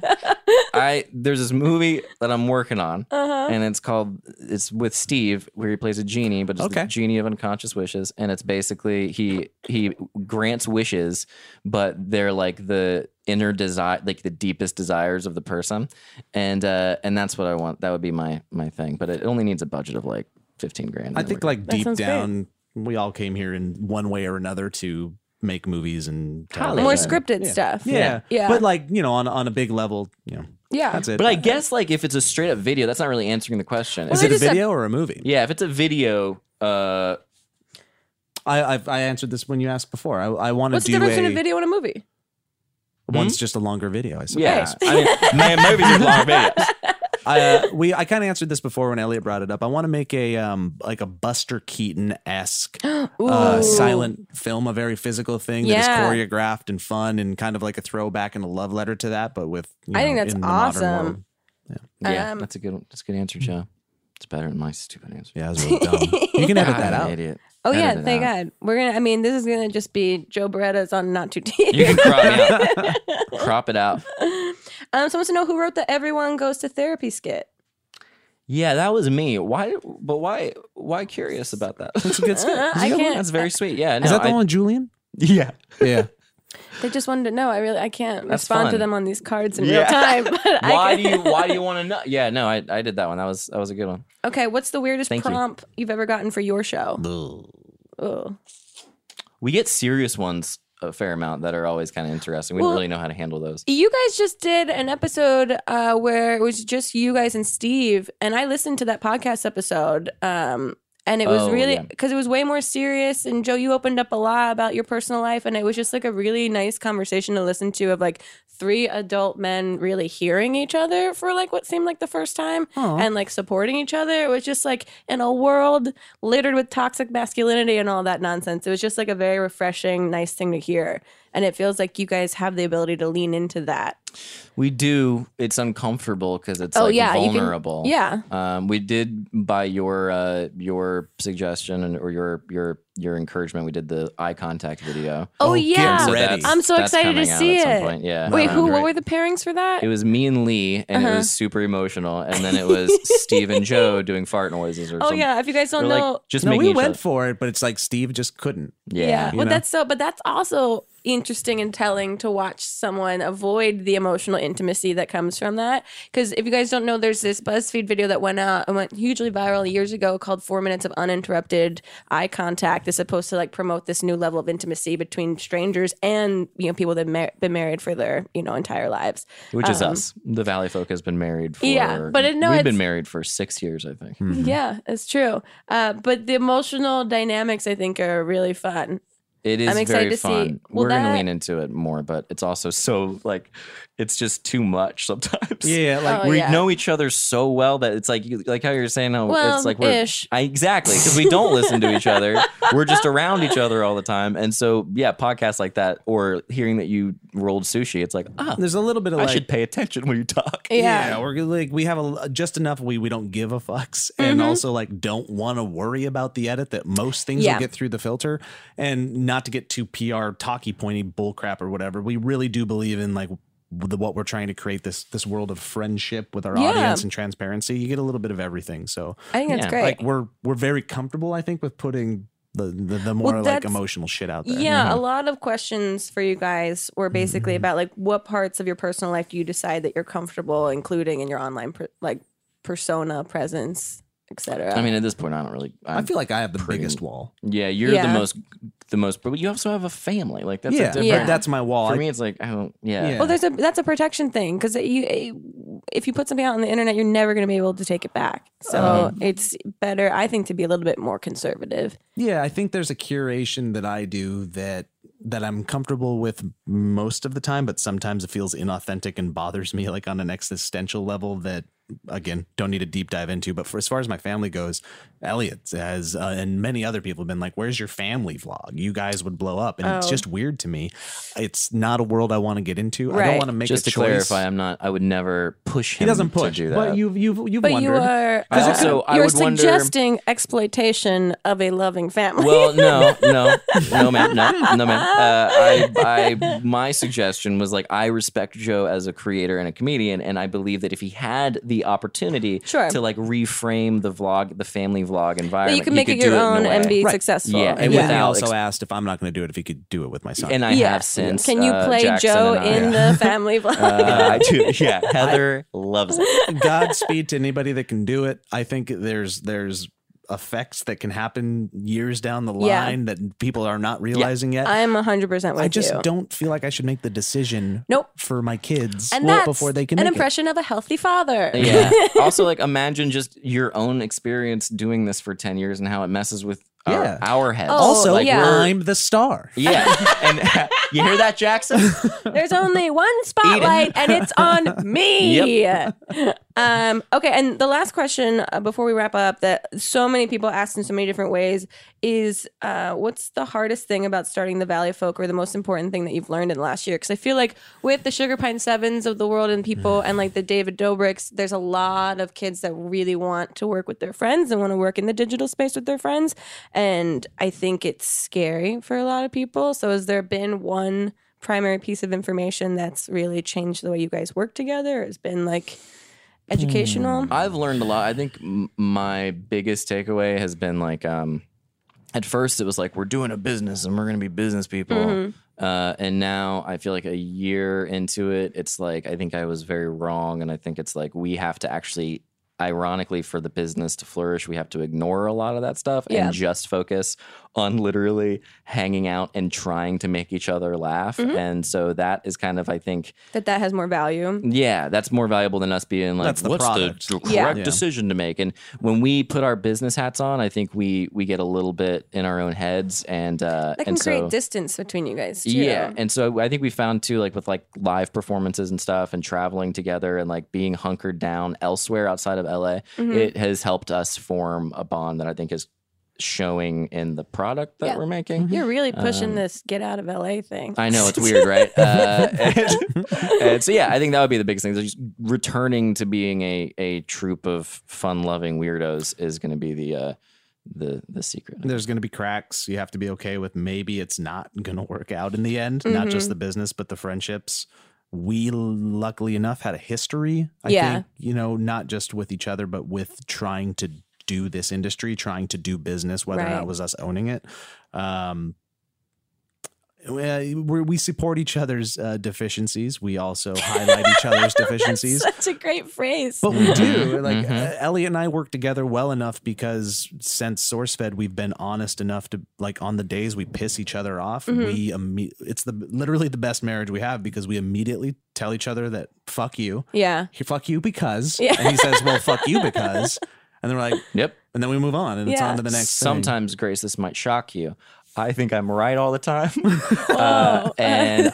I there's this movie that I'm working on,
Uh-huh.
and it's called it's with Steve where he plays a genie, but it's
Okay.
the genie of unconscious wishes, and it's basically he he grants wishes, but they're like the inner desire, like the deepest desires of the person, and uh and that's what I want. That would be my my thing, but it only needs a budget of like fifteen grand. and
I
then
think
we're-
like deep
sounds great.
down, we all came here in one way or another to make movies and
Hollywood.
more
Yeah.
scripted
Yeah.
stuff.
Yeah.
Yeah. Uh,
But like, you know, on, on a big level, you know,
Yeah.
that's it.
but I guess like if it's a straight up video, that's not really answering the question.
is
Well,
it a
just a-
video or a movie?
yeah, if it's a video, uh,
I, I've, I answered this when you asked before. I, I want to
What's the
do
difference
a,
between a video Hmm? and a movie?
one's just a longer video. I suppose.
yeah, I
[laughs]
mean, man, movies are long videos.
[laughs]
I, uh, we I kind of answered this before when Elliot brought it up. I want to make a um like a Buster Keaton
[gasps]
esque uh,
Ooh.
silent film, a very physical thing
Yeah.
that is choreographed and fun and kind of like a throwback and a love letter to that, but with you
I
know,
think that's
in the modern
awesome.
world.
Yeah,
Um,
that's a good. That's a good answer, Joe. It's better than my stupid answer.
Yeah, that's really dumb. you can edit
God,
that
I'm an
out.
Idiot.
Oh yeah,
Edit it
thank
out.
God. We're gonna. I mean, this is gonna just be Joe Beretta's on Not Too [laughs] Deep.
You can crop me out. crop it out.
um, someone wants to know who wrote the "Everyone Goes to Therapy" skit.
Yeah, that was me. Why? But why? Why curious about that? [laughs] [laughs] That's
Good stuff.
[laughs] I can't.
That's very sweet. Yeah. No,
Is that the
I-
one with Julian?
Yeah. [laughs]
Yeah.
They just wanted to know. I really I can't
That's
respond to
fun.
them on these cards in real
Yeah.
time. [laughs] But I
Why
can-
do you? Why do you want to know? Yeah. No, I, I did that one. That was that was a good one.
[laughs] Okay, what's the weirdest
Thank you.
prompt you. have ever gotten for your show? Oh.
We get serious ones a fair amount that are always kind of interesting. We
Well-
don't really know how to handle those.
You guys just did an episode uh, where it was just you guys and Steve, and I listened to that podcast episode. Um, and it was
Oh,
really
yeah.
because it was way more serious. And Joe, you opened up a lot about your personal life, and it was just like a really nice conversation to listen to of like three adult men really hearing each other for like what seemed like the first time and like supporting each other. It was just like in a world littered with toxic masculinity and all that nonsense. It was just like a very refreshing, nice thing to hear. And it feels like you guys have the ability to lean into that.
We do. It's uncomfortable because it's
Oh,
like
yeah, you can-
vulnerable.
yeah.
Um, we did by your uh, your suggestion and or your your your encouragement. We did the eye contact video.
Oh,
get
yeah.
ready.
that's-
I'm so
that's
excited to
coming out
see
at some
it.
point, yeah.
Wait,
That'd
who? Uh-huh.
be
What
great.
were the pairings for that?
It was me and Lee, and it was super emotional.
[laughs]
And then it was Steve and Joe doing fart noises or
oh
something.
yeah. If you guys don't
They're
know,
like just
No,
making
we
each
went
other-
for it, but it's like Steve
[laughs]
just couldn't.
yeah.
yeah.
Well,
know?
that's so. But that's also interesting and telling to watch someone avoid the emotional intimacy that comes from that. Because if you guys don't know, there's this BuzzFeed video that went out and went hugely viral years ago called Four Minutes of Uninterrupted Eye Contact. It's supposed to like promote this new level of intimacy between strangers and you know people that have mar- been married for their you know entire lives.
Which is us. The Valley Folk has been married for.
Um, Yeah, but it- no,
we've
it's- Hmm.
been married for six years, I think.
Mm-hmm.
Yeah, it's true. Uh, but the emotional dynamics, I think, are really fun.
It is
excited
very
to see-
fun.
well,
We're gonna
that-
lean into it more, but it's also so like, it's just too much sometimes.
Yeah, like
Oh,
we
yeah.
know each other so well that it's like, you- like how you're saying, how
Well,
it's like we're
ish.
I, exactly because we
[laughs]
don't listen to each other. We're just around each other all the time, and so yeah, podcasts like that or hearing that you rolled sushi, it's like ah,
there's a little bit of
I
like
should pay attention when you talk.
Yeah.
yeah. we're like we have a uh, just enough we we don't give a fucks and
Mm-hmm.
also like don't want to worry about the edit that most things
Yeah.
will get through the filter and not to get too PR talky pointy bullcrap or whatever. We really do believe in like the, what we're trying to create this this world of friendship with our
Yeah.
audience and transparency. You get a little bit of everything. So
I think that's
Yeah,
great.
like we're we're very comfortable I think with putting the the, the more like
that's-
emotional shit out there. Mm-hmm.
yeah,
Mm-hmm.
a lot of questions for you guys were basically about like what parts of your personal life do you decide that you're comfortable including in your online per- like persona presence, etc.
I mean, at this point, I don't really. i
I feel like I have the
Pretty-
biggest wall.
yeah, you're
Yeah.
the most, the most, but you also have a family. Like that's
yeah,
a different.
Yeah.
but that's my wall.
For
I-
me, it's like I don't. Yeah,
Yeah.
well, there's a that's a protection thing because you if you put something out on the internet, you're never going to be able to take it back. So
Uh-huh.
it's better, I think, to be a little bit more conservative.
Yeah, I think there's a curation that I do that that I'm comfortable with most of the time, but sometimes it feels inauthentic and bothers me like on an existential level that again, don't need a deep dive into, but for as far as my family goes, Elliot has uh, and many other people have been like, "Where's your family vlog? You guys would blow up." And it's
Oh.
just weird to me. It's not a world I want to get into. I
Right.
don't want to make
just to
a choice.
clarify, I'm not. I would never push him.
he doesn't
to
push,
do that.
but you've you've you've
But
wondered.
you uh, are
I also- I
you're
would wonder-
suggesting exploitation of a loving family. [laughs]
Well, no, no, no, ma'am, no, no, ma'am. Uh, I, I, my suggestion was like, I respect Joe as a creator and a comedian, and I believe that if he had the opportunity
Sure.
to like reframe the vlog, the family vlog environment,
you can
he
make
could
it
do
your
in a
own and
way.
be
Right.
successful.
Yeah,
and
Yeah.
then he
without
also
ex-
asked if I'm not going to do it, if he could do it with my son.
And I
Yeah.
have since.
Can you
uh,
play
Jackson
Joe
and I-
in
[laughs]
the family vlog?
Uh, I do.
[laughs]
Yeah, Heather loves it.
Godspeed to anybody that can do it. I think there's there's effects that can happen years down the
Yeah.
line that people are not realizing yet. I,
I'm 100% with you.
just don't feel like I should make the decision
Nope.
for my kids
And
well,
that's
before they can
an
make it.
impression of a healthy father. [laughs]
Yeah. also, like, imagine just your own experience doing this for ten years and how it messes with our,
Yeah.
our heads.
Oh,
Also,
yeah.
we're-
I'm the star.
Yeah. and [laughs] you hear that, Jackson?
There's only
[laughs]
one spotlight, and it's on me. um, okay, and the last question uh, before we wrap up that so many people asked in so many different ways is uh, what's the hardest thing about starting the Valley Folk or the most important thing that you've learned in the last year? Because I feel like with the Sugar Pine Sevens of the world and people and like the David Dobricks, there's a lot of kids that really want to work with their friends and want to work in the digital space with their friends. And I think it's scary for a lot of people. So has there been one? primary piece of information that's really changed the way you guys work together has been like educational.
I've learned a lot. I think m- my biggest takeaway has been like, um, at first it was like we're doing a business and we're going to be business people, uh, and now I feel like a year into it, it's like I think I was very wrong, and I think it's like we have to actually. Ironically, for the business to flourish, we have to ignore a lot of that stuff
Yeah.
and just focus on literally hanging out and trying to make each other laugh. And so that is kind of, I think,
That that has more value.
yeah, that's more valuable than us being like,
That's the
what's
product."
the d-
Yeah.
correct
Yeah.
decision to make? And when we put our business hats on, I think we we get a little bit in our own heads, and uh,
That can
and
create
so
distance between you guys too.
yeah, and so I think we found too, like with like live performances and stuff, and traveling together, and like being hunkered down elsewhere outside of LA,
Mm-hmm.
it has helped us form a bond that I think is showing in the product that
Yeah. Mm-hmm.
we're making.
You're really pushing
Um,
this get out of LA thing. [laughs]
I know it's weird, right? Uh,
[laughs]
and, and so yeah, I think that would be the biggest thing. is Just returning to being a a troop of fun loving weirdos is going to be the uh, the the secret.
There's going to be cracks. You have to be okay with maybe it's not going to work out in the end, not
Mm-hmm.
just the business, but the friendships. We luckily enough had a history, I
Yeah.
think, you know, not just with each other, but with trying to do this industry, trying to do business, whether or not
Right.
it was us owning it. Um, we, we support each other's uh, deficiencies. We also highlight
[laughs]
each other's deficiencies.
That's a great phrase.
But we do.
Mhm.
Like
Mhm.
uh, Elliot and I work together well enough because since SourceFed, we've been honest enough to like on the days we piss each other off,
Mm-hmm.
we imme- it's the literally the best marriage we have because we immediately tell each other that fuck you,
yeah.
He- fuck you because,
Yeah.
and he says, well, fuck
[laughs]
you because, and then we're like,
Yep.
and then we move on and it's
Yeah.
on to the next. thing.
Sometimes, Grace, this might shock you. I think I'm right all the time, [laughs] uh,
[laughs]
and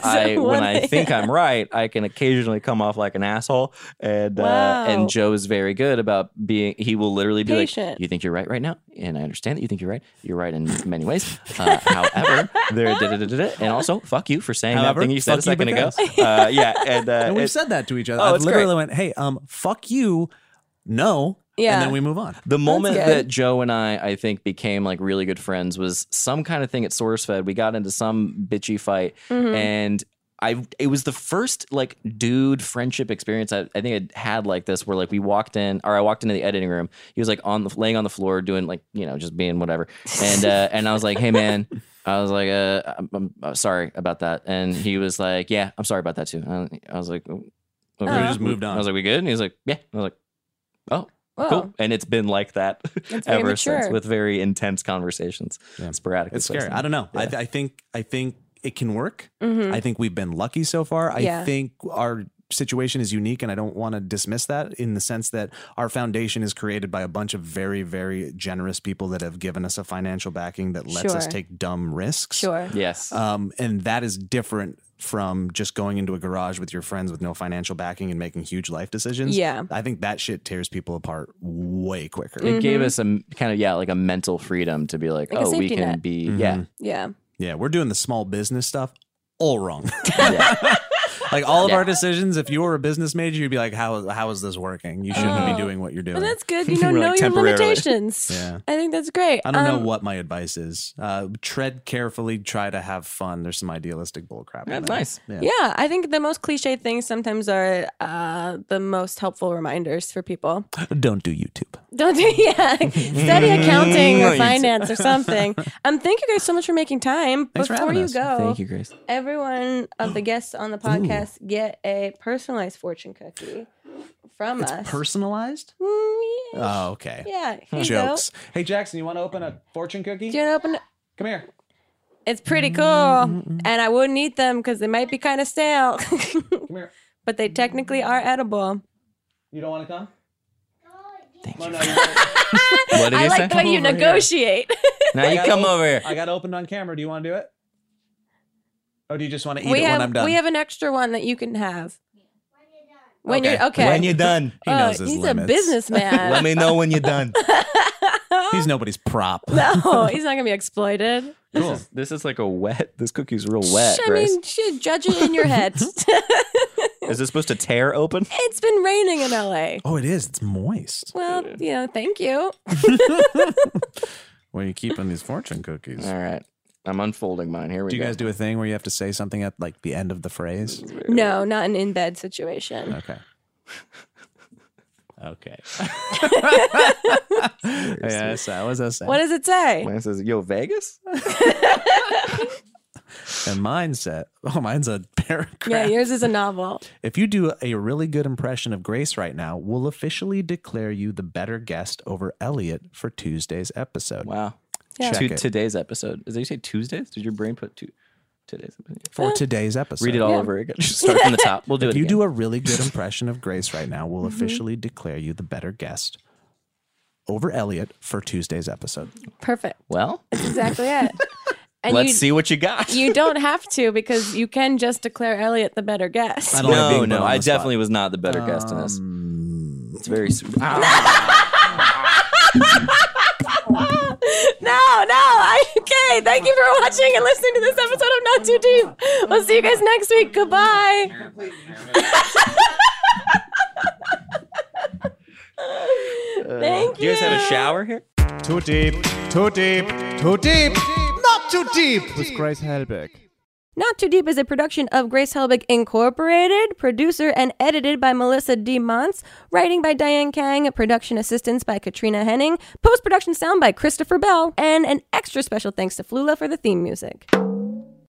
So
I
Oh, one
when I
thing- [laughs]
think I'm right, I can occasionally come off like an asshole. And uh,
Wow.
and Joe is very good about being. He will literally be
Patient.
like, "You think you're right right now, and I understand that you think you're right. You're right in many ways. Uh, [laughs] however, there, da, da, da, da, da, and also, fuck you for saying
However,
that thing you said a
fuck you
second ago.
because.
Uh, yeah, and, uh,
[laughs] and we've
it-
said that to each other.
Oh,
I've
it's great.
literally went, hey, um, fuck you, no,
Yeah.
and then we move on.
The moment
good.
that Joe and I, I think, became like really good friends was some kind of thing at SourceFed. We got into some bitchy fight,
Mm-hmm.
and I it was the first like dude friendship experience I, I think I had like this, where like we walked in, or I walked into the editing room. He was like on the laying on the floor doing like you know just being whatever,
[laughs]
and uh, and I was like, hey man. I was like, uh, I'm, I'm, uh, sorry about that, and he was like, yeah, I'm sorry about that too. I, I was like, oh, okay.
We
just moved on.
I was like, we good? And he was like, yeah. I was like, oh,
Whoa.
cool. And it's been like that [laughs]
That's very
ever since
mature.
with very intense conversations,
Yeah.
sporadic.
It's scary.
sometimes.
I don't know.
Yeah.
I, I think I think it can work.
Mhm.
I think we've been lucky so far. I
Yeah.
think our situation is unique, and I don't want to dismiss that in the sense that our foundation is created by a bunch of very, very generous people that have given us a financial backing that lets us
Sure.
take dumb risks.
Sure.
Yes.
Um, and that is different from just going into a garage with your friends with no financial backing and making huge life decisions.
Yeah.
I think that shit tears people apart way quicker.
it gave us a m- kind of, yeah, like a mental freedom to be like,
Mm-hmm. Like a
oh, we
safety
can
net.
be, yeah.
Yeah.
Mm-hmm. Yeah, we're doing the small business stuff all
[laughs]
wrong. [laughs]
yeah.
Like all of
Yeah.
our decisions, if you were a business major, you'd be like, "How how is this working? You shouldn't
Oh.
be doing what you're doing."
But that's good.
[laughs]
You know,
We're,
know
like,
your
temporarily.
limitations.
Yeah.
I think that's great.
I don't
Um,
know what my advice is. Uh, tread carefully. Try to have fun. There's some idealistic bull crap. in
That's
there.
nice.
Yeah.
Yeah, I think the most cliche things sometimes are uh, the most helpful reminders for people.
Don't do YouTube.
Don't do [laughs] yeah. Study
Mm-hmm. [laughs]
accounting or
Mm.
finance or something. Um, thank you guys so much for making time.
Thanks for
Before
having
you
us.
go,
Thank you,
[laughs]
Grace.
every one of the guests on the podcast get a personalized fortune cookie from us.
Personalized.
Mm, yeah.
Oh, okay.
yeah. Here you go.
Jokes. Hey Jackson, you want to open a fortune cookie?
Do you want to open?
Come here.
It's pretty cool,
Mm-hmm.
and I wouldn't eat them because they might be kind of stale, [laughs]
Come here.
but they technically are edible.
You don't want to come?
Thank
Come
you.
on, now, you gotta-
What did
I
you
like
say?
the way you negotiate. [laughs]
now you
gotta
come
open-
over here. [laughs]
I got opened on camera. Do you want to do it? Or do you just want to eat
we
it
have
when I'm done?
we have an extra one that you can have. When
Okay.
you're okay.
done,
he knows his
Uh, he's
limits.
a businessman. [laughs]
me know when you're done.
He's
[laughs]
nobody's prop.
no, he's not gonna be exploited.
This is this is like a wet. This cookie's real wet,
I
Grace.
mean, shit, judge it in your
[laughs]
head. [laughs]
is this supposed to tear open?
it's been raining in LA.
Oh, it is. It's moist.
Well, you know, thank you.
Where you keeping these fortune cookies?
All right, I'm unfolding mine. Here we
Do you
go.
guys do a thing where you have to say something at like the end of the phrase? Uh,
No, not an in bed situation.
Okay.
[laughs]
Okay. [laughs] yes, that was us.
What does it say?
Lance says, "Yo, Vegas."
And mindset. Oh, mine's a paragraph.
Yeah, yours is a novel.
If you do a really good impression of Grace right now, we'll officially declare you the better guest over Elliot for Tuesday's episode.
Wow.
Yeah.
To,
Check it.
today's episode. Did you say Tuesdays? Did your brain put two today's? Episode?
For today's episode.
Read it all over again. [laughs] Just start from the top. We'll do it.
If you
again.
do a really good impression of Grace right now, we'll officially declare you the better guest over Elliot for Tuesday's episode.
Perfect.
well,
That's exactly
[laughs]
it. And
let's
you,
see what you got.
You don't have to because you can just declare Elliot the better guess.
I don't like
no,
being put
no,
on
I
the spot.
definitely was not the better guest in this.
Um,
It's very. su-
Ah.
No, no. I, okay. Thank you for watching and listening to this episode of Not Too Deep. We'll see you guys next week.
[laughs]
Goodbye. Thank
Do you guys have a shower here?
Too deep, too deep, too deep, not too deep with Grace Helbig.
Not Too Deep is a production of Grace Helbig Incorporated, producer and edited by Melissa D. Montz, writing by Diane Kang, production assistance by Katrina Henning, post production sound by Christopher Bell, and an extra special thanks to Flula for the theme music.